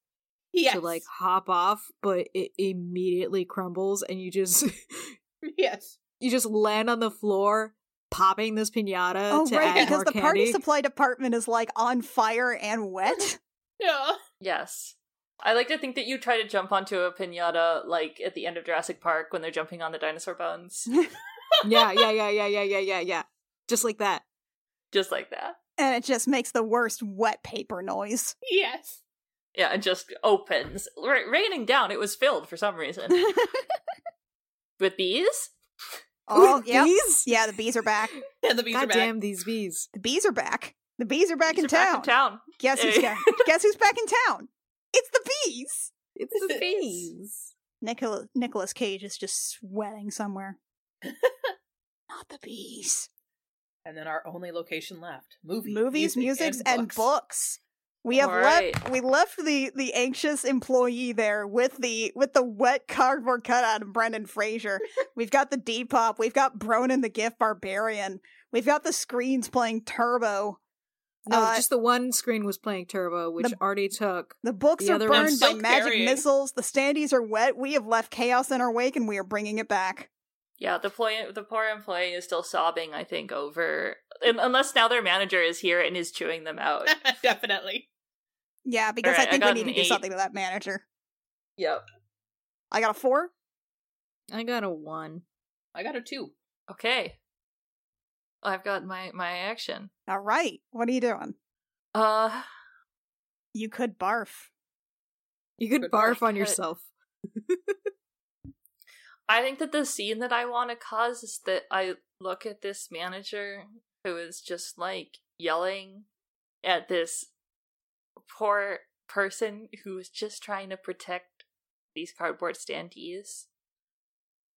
Speaker 2: Yes.
Speaker 4: to like hop off but it immediately crumbles and you just
Speaker 2: yes.
Speaker 4: you just land on the floor popping this piñata
Speaker 1: oh,
Speaker 4: to
Speaker 1: right,
Speaker 4: add
Speaker 1: because
Speaker 4: more
Speaker 1: the party
Speaker 4: candy.
Speaker 1: supply department is like on fire and wet.
Speaker 2: Yeah.
Speaker 3: Yes. I like to think that you try to jump onto a pinata like at the end of Jurassic Park when they're jumping on the dinosaur bones.
Speaker 4: yeah, yeah, yeah, yeah, yeah, yeah, yeah, yeah. Just like that.
Speaker 3: just like that.
Speaker 1: and it just makes the worst wet paper noise.
Speaker 2: Yes.
Speaker 3: Yeah, it just opens. Ra- raining down. It was filled for some reason. With bees?
Speaker 1: oh,
Speaker 4: Ooh,
Speaker 1: yeah.
Speaker 4: Bees?
Speaker 1: Yeah, the bees are back.
Speaker 2: And the bees are back.
Speaker 4: Goddamn these bees.
Speaker 1: The bees are back. The bees are back,
Speaker 3: Bees
Speaker 1: in,
Speaker 3: are
Speaker 1: town.
Speaker 3: Back in town.
Speaker 1: Guess who's
Speaker 3: Hey.
Speaker 1: back? Guess who's back in town? It's the bees.
Speaker 4: It's
Speaker 2: It's
Speaker 4: the
Speaker 2: the
Speaker 3: bees.
Speaker 4: bees.
Speaker 1: Nicola Nicolas Cage is just sweating somewhere. Not the bees.
Speaker 2: And then our only location left. Movies.
Speaker 1: Movies, musics, and, books. We have
Speaker 3: All
Speaker 1: left we left the the anxious employee there with the with the wet cardboard cutout of Brendan Fraser. we've got the Depop, we've got Bronin the Gift Barbarian, we've got the screens playing Turbo.
Speaker 4: No,
Speaker 1: Uh,
Speaker 4: just the one screen was playing turbo, which
Speaker 1: the-
Speaker 4: already took.
Speaker 1: The books
Speaker 4: The
Speaker 1: are
Speaker 4: other
Speaker 1: burned
Speaker 4: one's
Speaker 1: by
Speaker 2: still
Speaker 1: magic
Speaker 2: carrying.
Speaker 1: missiles. The standees are wet. We have left chaos in our wake, and we are bringing it back.
Speaker 3: Yeah, the ploy- the poor employee is still sobbing. I think over un- unless now their manager is here and is chewing them out.
Speaker 2: Definitely.
Speaker 1: Yeah, because
Speaker 3: Alright,
Speaker 1: I
Speaker 3: I
Speaker 1: think we
Speaker 3: got
Speaker 1: need to
Speaker 3: an
Speaker 1: do
Speaker 3: eight.
Speaker 1: something to that manager.
Speaker 3: yep.
Speaker 1: I got a four.
Speaker 4: I got a one.
Speaker 2: I got a two.
Speaker 3: Okay. I've got my my action.
Speaker 1: All right. What are you doing?
Speaker 3: Uh,
Speaker 1: You could barf.
Speaker 4: You could
Speaker 2: Good
Speaker 3: work.
Speaker 4: barf on
Speaker 3: Cut.
Speaker 4: yourself.
Speaker 3: I think that the scene that I want to cause is that I look at this manager who is just like yelling at this poor person who is just trying to protect these cardboard standees.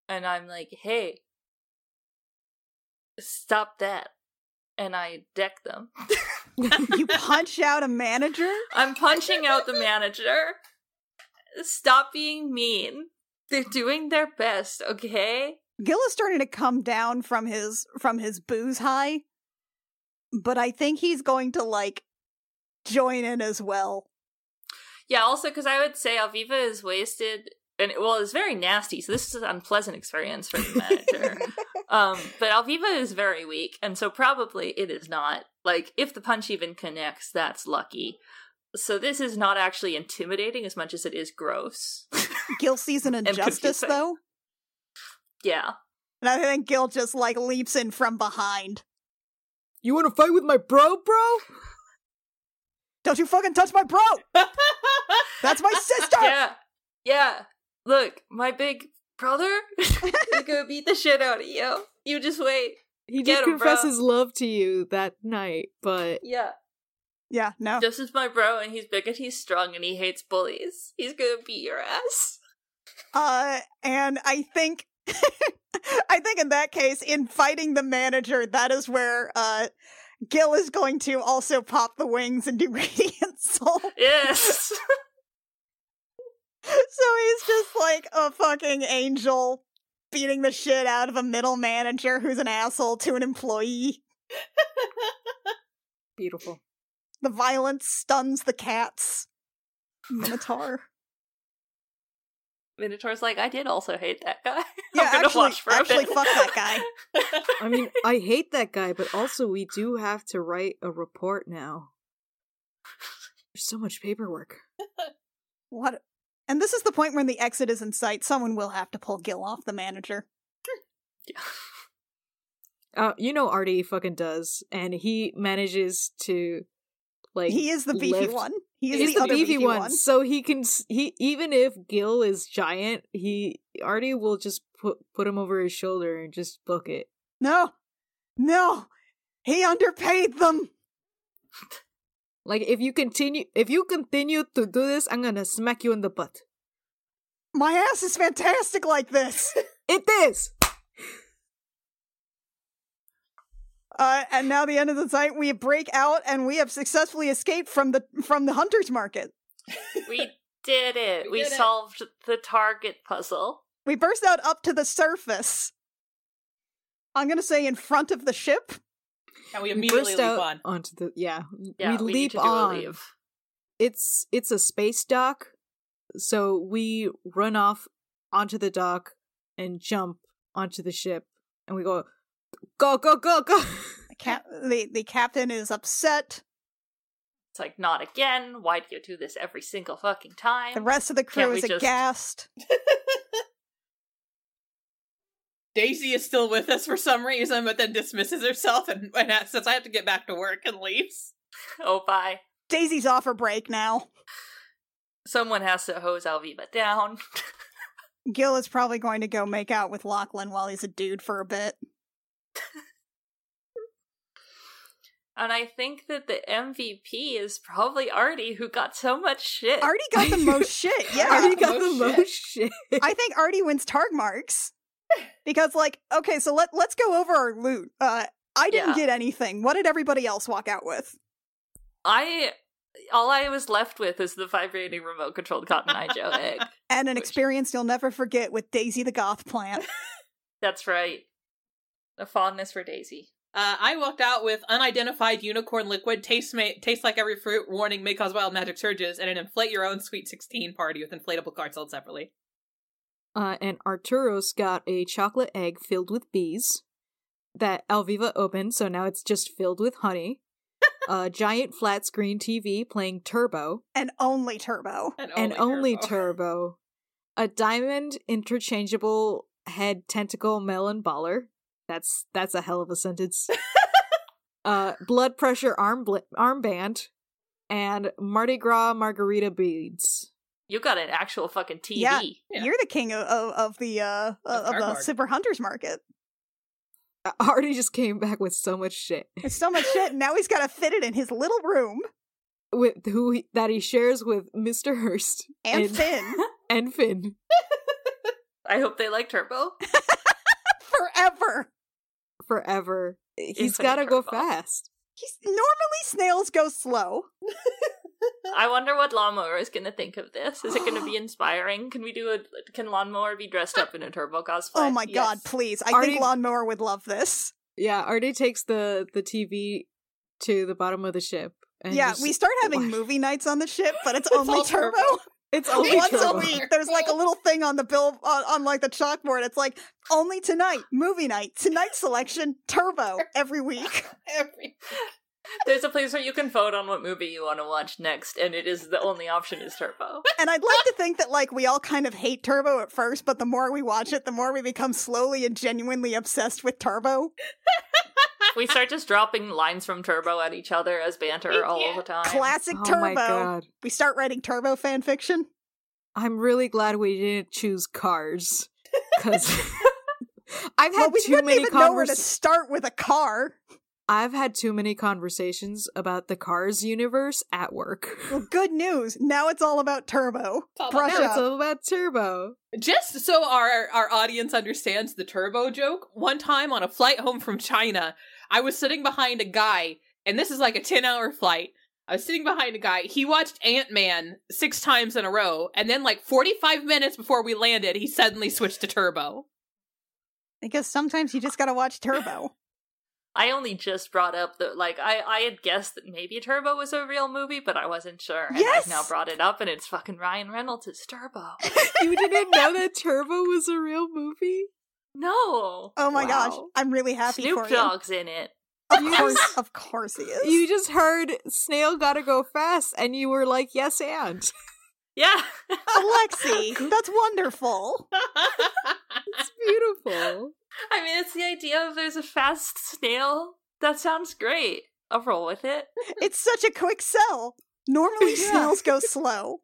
Speaker 3: And I'm like, hey, stop that. And I deck them.
Speaker 1: You punch out a manager.
Speaker 3: I'm punching out the manager. Stop being mean. They're doing their best, okay?
Speaker 1: Gil is starting to come down from his from his booze high, but I think he's going to like join in as well.
Speaker 3: Yeah, also because I would say Alviva is wasted, and well, it's very nasty. So this is an unpleasant experience for the manager. um, but Alviva is very weak, and so probably it is not like if the punch even connects, that's lucky. So this is not actually intimidating as much as it is gross.
Speaker 1: Gil sees an
Speaker 3: confusing.
Speaker 1: injustice though,
Speaker 3: yeah,
Speaker 1: and I think Gil just like leaps in from behind.
Speaker 4: you want to fight with my bro, bro?
Speaker 1: Don't you fucking touch my bro! That's my sister.
Speaker 3: yeah, yeah. Look, my big brother is gonna beat the shit out of you. You just wait.
Speaker 4: He
Speaker 3: Get
Speaker 4: did
Speaker 3: him,
Speaker 4: confess
Speaker 3: bro.
Speaker 4: his love to you that night, but
Speaker 3: Yeah.
Speaker 1: Yeah, no.
Speaker 3: This is my bro, and he's big and he's strong, and he hates bullies. He's gonna beat your ass.
Speaker 1: Uh, and I think, I think in that case, in fighting the manager, that is where uh, Gil is going to also pop the wings and do radiant soul.
Speaker 3: Yes.
Speaker 1: so he's just like a fucking angel beating the shit out of a middle manager who's an asshole to an employee.
Speaker 4: beautiful.
Speaker 1: The violence stuns the cats. Minotaur.
Speaker 3: Minotaur's like, I did also hate that guy.
Speaker 1: Yeah,
Speaker 3: I'm gonna
Speaker 1: actually-
Speaker 3: watch for a
Speaker 1: actually,
Speaker 3: bit."
Speaker 1: fuck that guy.
Speaker 4: I mean, I hate that guy, but also we do have to write a report now. There's so much paperwork.
Speaker 1: What? And this is the point when the exit is in sight. Someone will have to pull Gil off the manager.
Speaker 4: Uh, you know, Artie fucking does, and he manages to like
Speaker 1: he is the beefy
Speaker 4: lift-
Speaker 1: one. He is
Speaker 4: He's
Speaker 1: the,
Speaker 4: the,
Speaker 1: other
Speaker 4: beefy, one,
Speaker 1: one.
Speaker 4: so he can s- he even if Gil is giant, he Artie will just put put him over his shoulder and just book it.
Speaker 1: No, no, he underpaid them.
Speaker 4: Like if you continue if you continue to do this, I'm gonna smack you in the butt.
Speaker 1: My ass is fantastic like this.
Speaker 4: It is.
Speaker 1: Uh, and now the end of the night, we break out and we have successfully escaped from the from the hunters market.
Speaker 3: we did it.
Speaker 2: We
Speaker 3: We,
Speaker 2: did it.
Speaker 3: solved the target puzzle.
Speaker 1: We burst out up to the surface. I'm gonna say in front of the ship.
Speaker 2: and we
Speaker 4: We
Speaker 2: immediately
Speaker 4: burst
Speaker 2: leap
Speaker 4: out
Speaker 2: on.
Speaker 4: onto the yeah.
Speaker 3: Yeah,
Speaker 4: we
Speaker 3: we,
Speaker 4: leap
Speaker 3: need to do
Speaker 4: on.
Speaker 3: a leave.
Speaker 4: It's it's a space dock, so we run off onto the dock and jump onto the ship, and we go go go go go.
Speaker 1: The, cap- the the captain is upset.
Speaker 3: It's like, not again. Why do you do this every single fucking time?
Speaker 1: The rest of the crew
Speaker 3: Can't we
Speaker 1: is
Speaker 3: just-
Speaker 1: aghast.
Speaker 2: Daisy is still with us for some reason, but then dismisses herself and, and ha- says, I have to get back to work and leaves.
Speaker 3: oh, bye.
Speaker 1: Daisy's off her break now.
Speaker 3: Someone has to hose Alviva down.
Speaker 1: Gil is probably going to go make out with Lachlan while he's a dude for a bit.
Speaker 3: and I think that the MVP is probably Artie, who got so much shit.
Speaker 1: Artie got the most shit. Yeah.
Speaker 4: Artie got
Speaker 3: Oh,
Speaker 2: no
Speaker 4: the
Speaker 2: shit.
Speaker 4: most shit.
Speaker 1: I think Artie wins targ marks because, like, okay, so let let's go over our loot. Uh, I didn't
Speaker 3: Yeah.
Speaker 1: get anything. What did everybody else walk out with?
Speaker 3: I. All I was left with is the vibrating remote controlled Cotton Eye Joe egg.
Speaker 1: And an
Speaker 3: Which-
Speaker 1: experience you'll never forget with Daisy the Goth Plant.
Speaker 3: That's right. A fondness for Daisy.
Speaker 2: Uh, I walked out with unidentified unicorn liquid, tastes, ma- tastes like every fruit, warning may cause wild magic surges, and an inflate your own sweet 16 party with inflatable cards sold separately.
Speaker 4: Uh, and Arturos got a chocolate egg filled with bees that Alviva opened, so now it's just filled with honey. a giant flat screen TV playing Turbo,
Speaker 1: and only turbo.
Speaker 4: and only Turbo. A diamond interchangeable head tentacle melon baller. That's that's a hell of a sentence. uh, blood pressure arm bl- armband, and Mardi Gras margarita beads.
Speaker 3: You got an actual fucking TV.
Speaker 1: Yeah.
Speaker 2: Yeah.
Speaker 1: You're the king of, of, of the uh
Speaker 2: Of
Speaker 1: of, the
Speaker 2: Tarkard.
Speaker 1: super hunters market.
Speaker 4: I already Uh, just came back with so much shit.
Speaker 1: It's so much shit. and Now he's got to fit it in his little room
Speaker 4: with who he, that he shares with Mr. Hurst
Speaker 1: and
Speaker 4: And-
Speaker 1: Finn
Speaker 4: and Finn.
Speaker 3: I hope they like Turbo.
Speaker 1: forever.
Speaker 4: forever. He's
Speaker 3: Infinite
Speaker 4: got to go
Speaker 3: curveball.
Speaker 4: fast.
Speaker 1: He's normally snails go slow. Uh-huh.
Speaker 3: I wonder what Lawnmower is going to think of this. Is it going to be inspiring? Can we do a? Can Lawnmower be dressed up in a Turbo cosplay?
Speaker 1: Oh my
Speaker 2: yes.
Speaker 1: god, please. I
Speaker 4: Artie-
Speaker 1: think Lawnmower would love this.
Speaker 4: Yeah, Artie takes the the TV to the bottom of the ship. And
Speaker 1: yeah,
Speaker 4: just-
Speaker 1: we start having
Speaker 4: Why?
Speaker 1: movie nights on the ship, but it's,
Speaker 2: It's
Speaker 1: only
Speaker 2: all
Speaker 1: turbo.
Speaker 2: Turbo.
Speaker 4: It's
Speaker 2: Only
Speaker 4: only
Speaker 1: Once
Speaker 4: Turbo.
Speaker 1: a week, there's like a little thing on the bill on, on like the chalkboard. It's like only tonight, movie night, tonight selection, turbo every week.
Speaker 2: Every-
Speaker 3: There's a place where you can vote on what movie you want to watch next, and it is the only option is Turbo.
Speaker 1: And I'd like to think that like we all kind of hate turbo at first, but the more we watch it, the more we become slowly and genuinely obsessed with turbo.
Speaker 3: we start just dropping lines from Turbo at each other as banter all the time.
Speaker 1: Classic
Speaker 4: Oh my
Speaker 1: turbo.
Speaker 4: god.
Speaker 1: We start writing turbo fan fiction.
Speaker 4: I'm really glad we didn't choose cars cuz I've
Speaker 1: Well,
Speaker 4: had
Speaker 1: we
Speaker 4: too
Speaker 1: wouldn't
Speaker 4: many
Speaker 1: even know where to
Speaker 4: conversations.
Speaker 1: start with a car.
Speaker 4: I've had too many conversations about the Cars universe at work.
Speaker 1: Well, good news. Now it's all about turbo.
Speaker 2: all
Speaker 1: Brush
Speaker 4: Now
Speaker 1: up.
Speaker 4: it's all about Turbo.
Speaker 2: Just so our our audience understands the turbo joke, one time on a flight home from China, I was sitting behind a guy, and this is like a 10-hour flight. I was sitting behind a guy. He watched Ant-Man 6 times in a row, and then like 45 minutes before we landed, he suddenly switched to turbo.
Speaker 1: I guess sometimes you just gotta watch turbo.
Speaker 3: I only just brought up that, like, I, I had guessed that maybe Turbo was a real movie, but I wasn't sure. And
Speaker 1: Yes!
Speaker 3: I've now brought it up, and it's fucking Ryan Reynolds. It's Turbo.
Speaker 4: You didn't know that Turbo was a real movie?
Speaker 3: No.
Speaker 1: Oh my
Speaker 4: Wow.
Speaker 1: gosh. I'm really happy
Speaker 3: Snoop
Speaker 1: for you.
Speaker 3: Dogg's in it.
Speaker 1: Of
Speaker 4: You
Speaker 1: course,
Speaker 4: just-
Speaker 1: of course he is.
Speaker 4: You just heard snail gotta go fast, and you were like, yes, and.
Speaker 3: Yeah.
Speaker 2: Oh.
Speaker 1: Alexi, that's wonderful.
Speaker 4: It's beautiful.
Speaker 3: I mean, it's the idea of there's a fast snail. That sounds great. I'll roll with it.
Speaker 1: It's such a quick sell. Normally
Speaker 4: Yeah.
Speaker 1: snails go slow.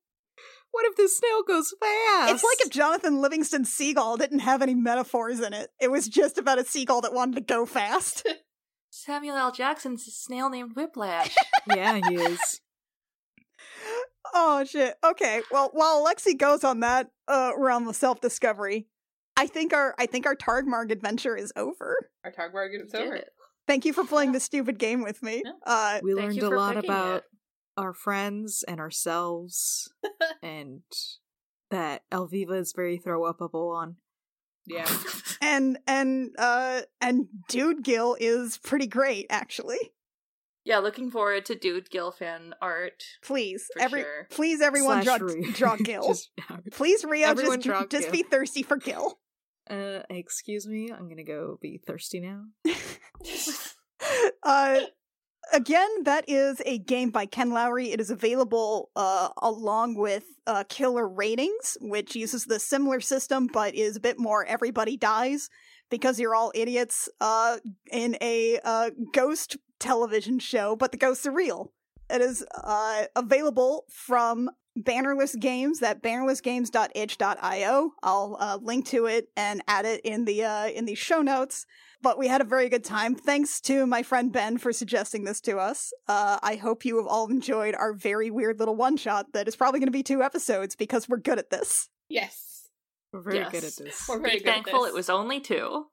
Speaker 4: What if the snail goes fast?
Speaker 1: It's like if Jonathan Livingston Seagull didn't have any metaphors in it. It was just about a seagull that wanted to go fast.
Speaker 3: Samuel L. Jackson's a snail named Whiplash.
Speaker 4: a. Yeah, he is.
Speaker 1: Oh shit. Okay. Well, while Alexi goes on that uh, realm of self-discovery, I think our I think our Targmarg adventure is over.
Speaker 2: Our target market is
Speaker 3: Did
Speaker 2: over.
Speaker 3: it.
Speaker 1: Thank you for playing this stupid game with me.
Speaker 2: Yeah.
Speaker 1: Uh,
Speaker 4: We
Speaker 3: Thank
Speaker 4: learned
Speaker 3: you
Speaker 4: a
Speaker 3: for
Speaker 4: lot
Speaker 3: picking
Speaker 4: about
Speaker 3: it.
Speaker 4: our friends and ourselves, and that Elviva is very throw upable on.
Speaker 2: Yeah.
Speaker 1: and and uh, and Dude Gill is pretty great, actually.
Speaker 3: Yeah, looking forward to Dude Gilfan art.
Speaker 1: Please,
Speaker 3: For
Speaker 1: every
Speaker 3: sure.
Speaker 1: please everyone
Speaker 4: slash
Speaker 1: draw,
Speaker 4: Rui.
Speaker 1: draw Gil.
Speaker 4: Just-
Speaker 1: please Rio,
Speaker 4: everyone
Speaker 1: just
Speaker 4: draw
Speaker 1: just
Speaker 4: Gil.
Speaker 1: be thirsty for Gil.
Speaker 4: uh, excuse me, I'm gonna go be thirsty now.
Speaker 1: uh, again, that is a game by Ken Lowry. It is available uh, along with uh, Killer Ratings, which uses the similar system but is a bit more everybody dies because you're all idiots uh, in a uh, ghost television show, but the ghosts are real. It is uh, available from Bannerless Games, that bannerlessgames.itch.io. I'll uh, link to it and add it in the uh, in the show notes but we had a very good time. Thanks to my friend Ben for suggesting this to us. Uh, I hope you have all enjoyed our very weird little one shot that is probably going to be two episodes because we're good at this.
Speaker 2: yes.
Speaker 4: We're very good at
Speaker 3: Yes.
Speaker 4: this.
Speaker 2: We're very
Speaker 3: Be
Speaker 2: good at
Speaker 3: thankful
Speaker 2: this.
Speaker 3: it was only two.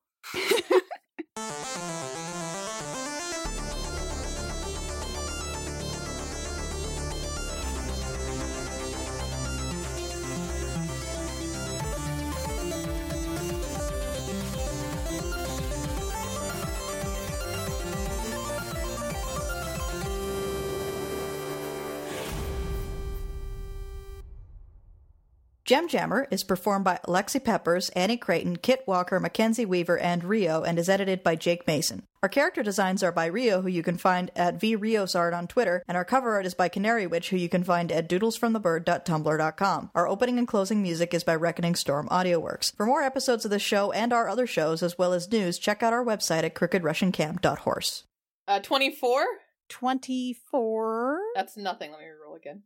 Speaker 5: Gem Jammer is performed by Alexi Peppers, Annie Creighton, Kit Walker, Mackenzie Weaver, and Rio, and is edited by Jake Mason. Our character designs are by Rio, who you can find at vriosart on Twitter, and our cover art is by Canary Witch, who you can find at doodlesfromthebird.tumblr.com. Our opening and closing music is by Reckoning Storm AudioWorks. For more episodes of this show and our other shows, as well as news, check out our website at crookedrussiancamp.horse.
Speaker 2: Uh, 24?
Speaker 1: 24.
Speaker 2: That's nothing. Let me reroll again.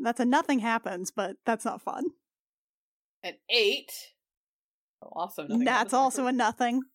Speaker 1: That's a nothing happens, but that's not fun.
Speaker 2: An 8. Oh, also nothing.
Speaker 1: that's
Speaker 2: happens.
Speaker 1: also a nothing.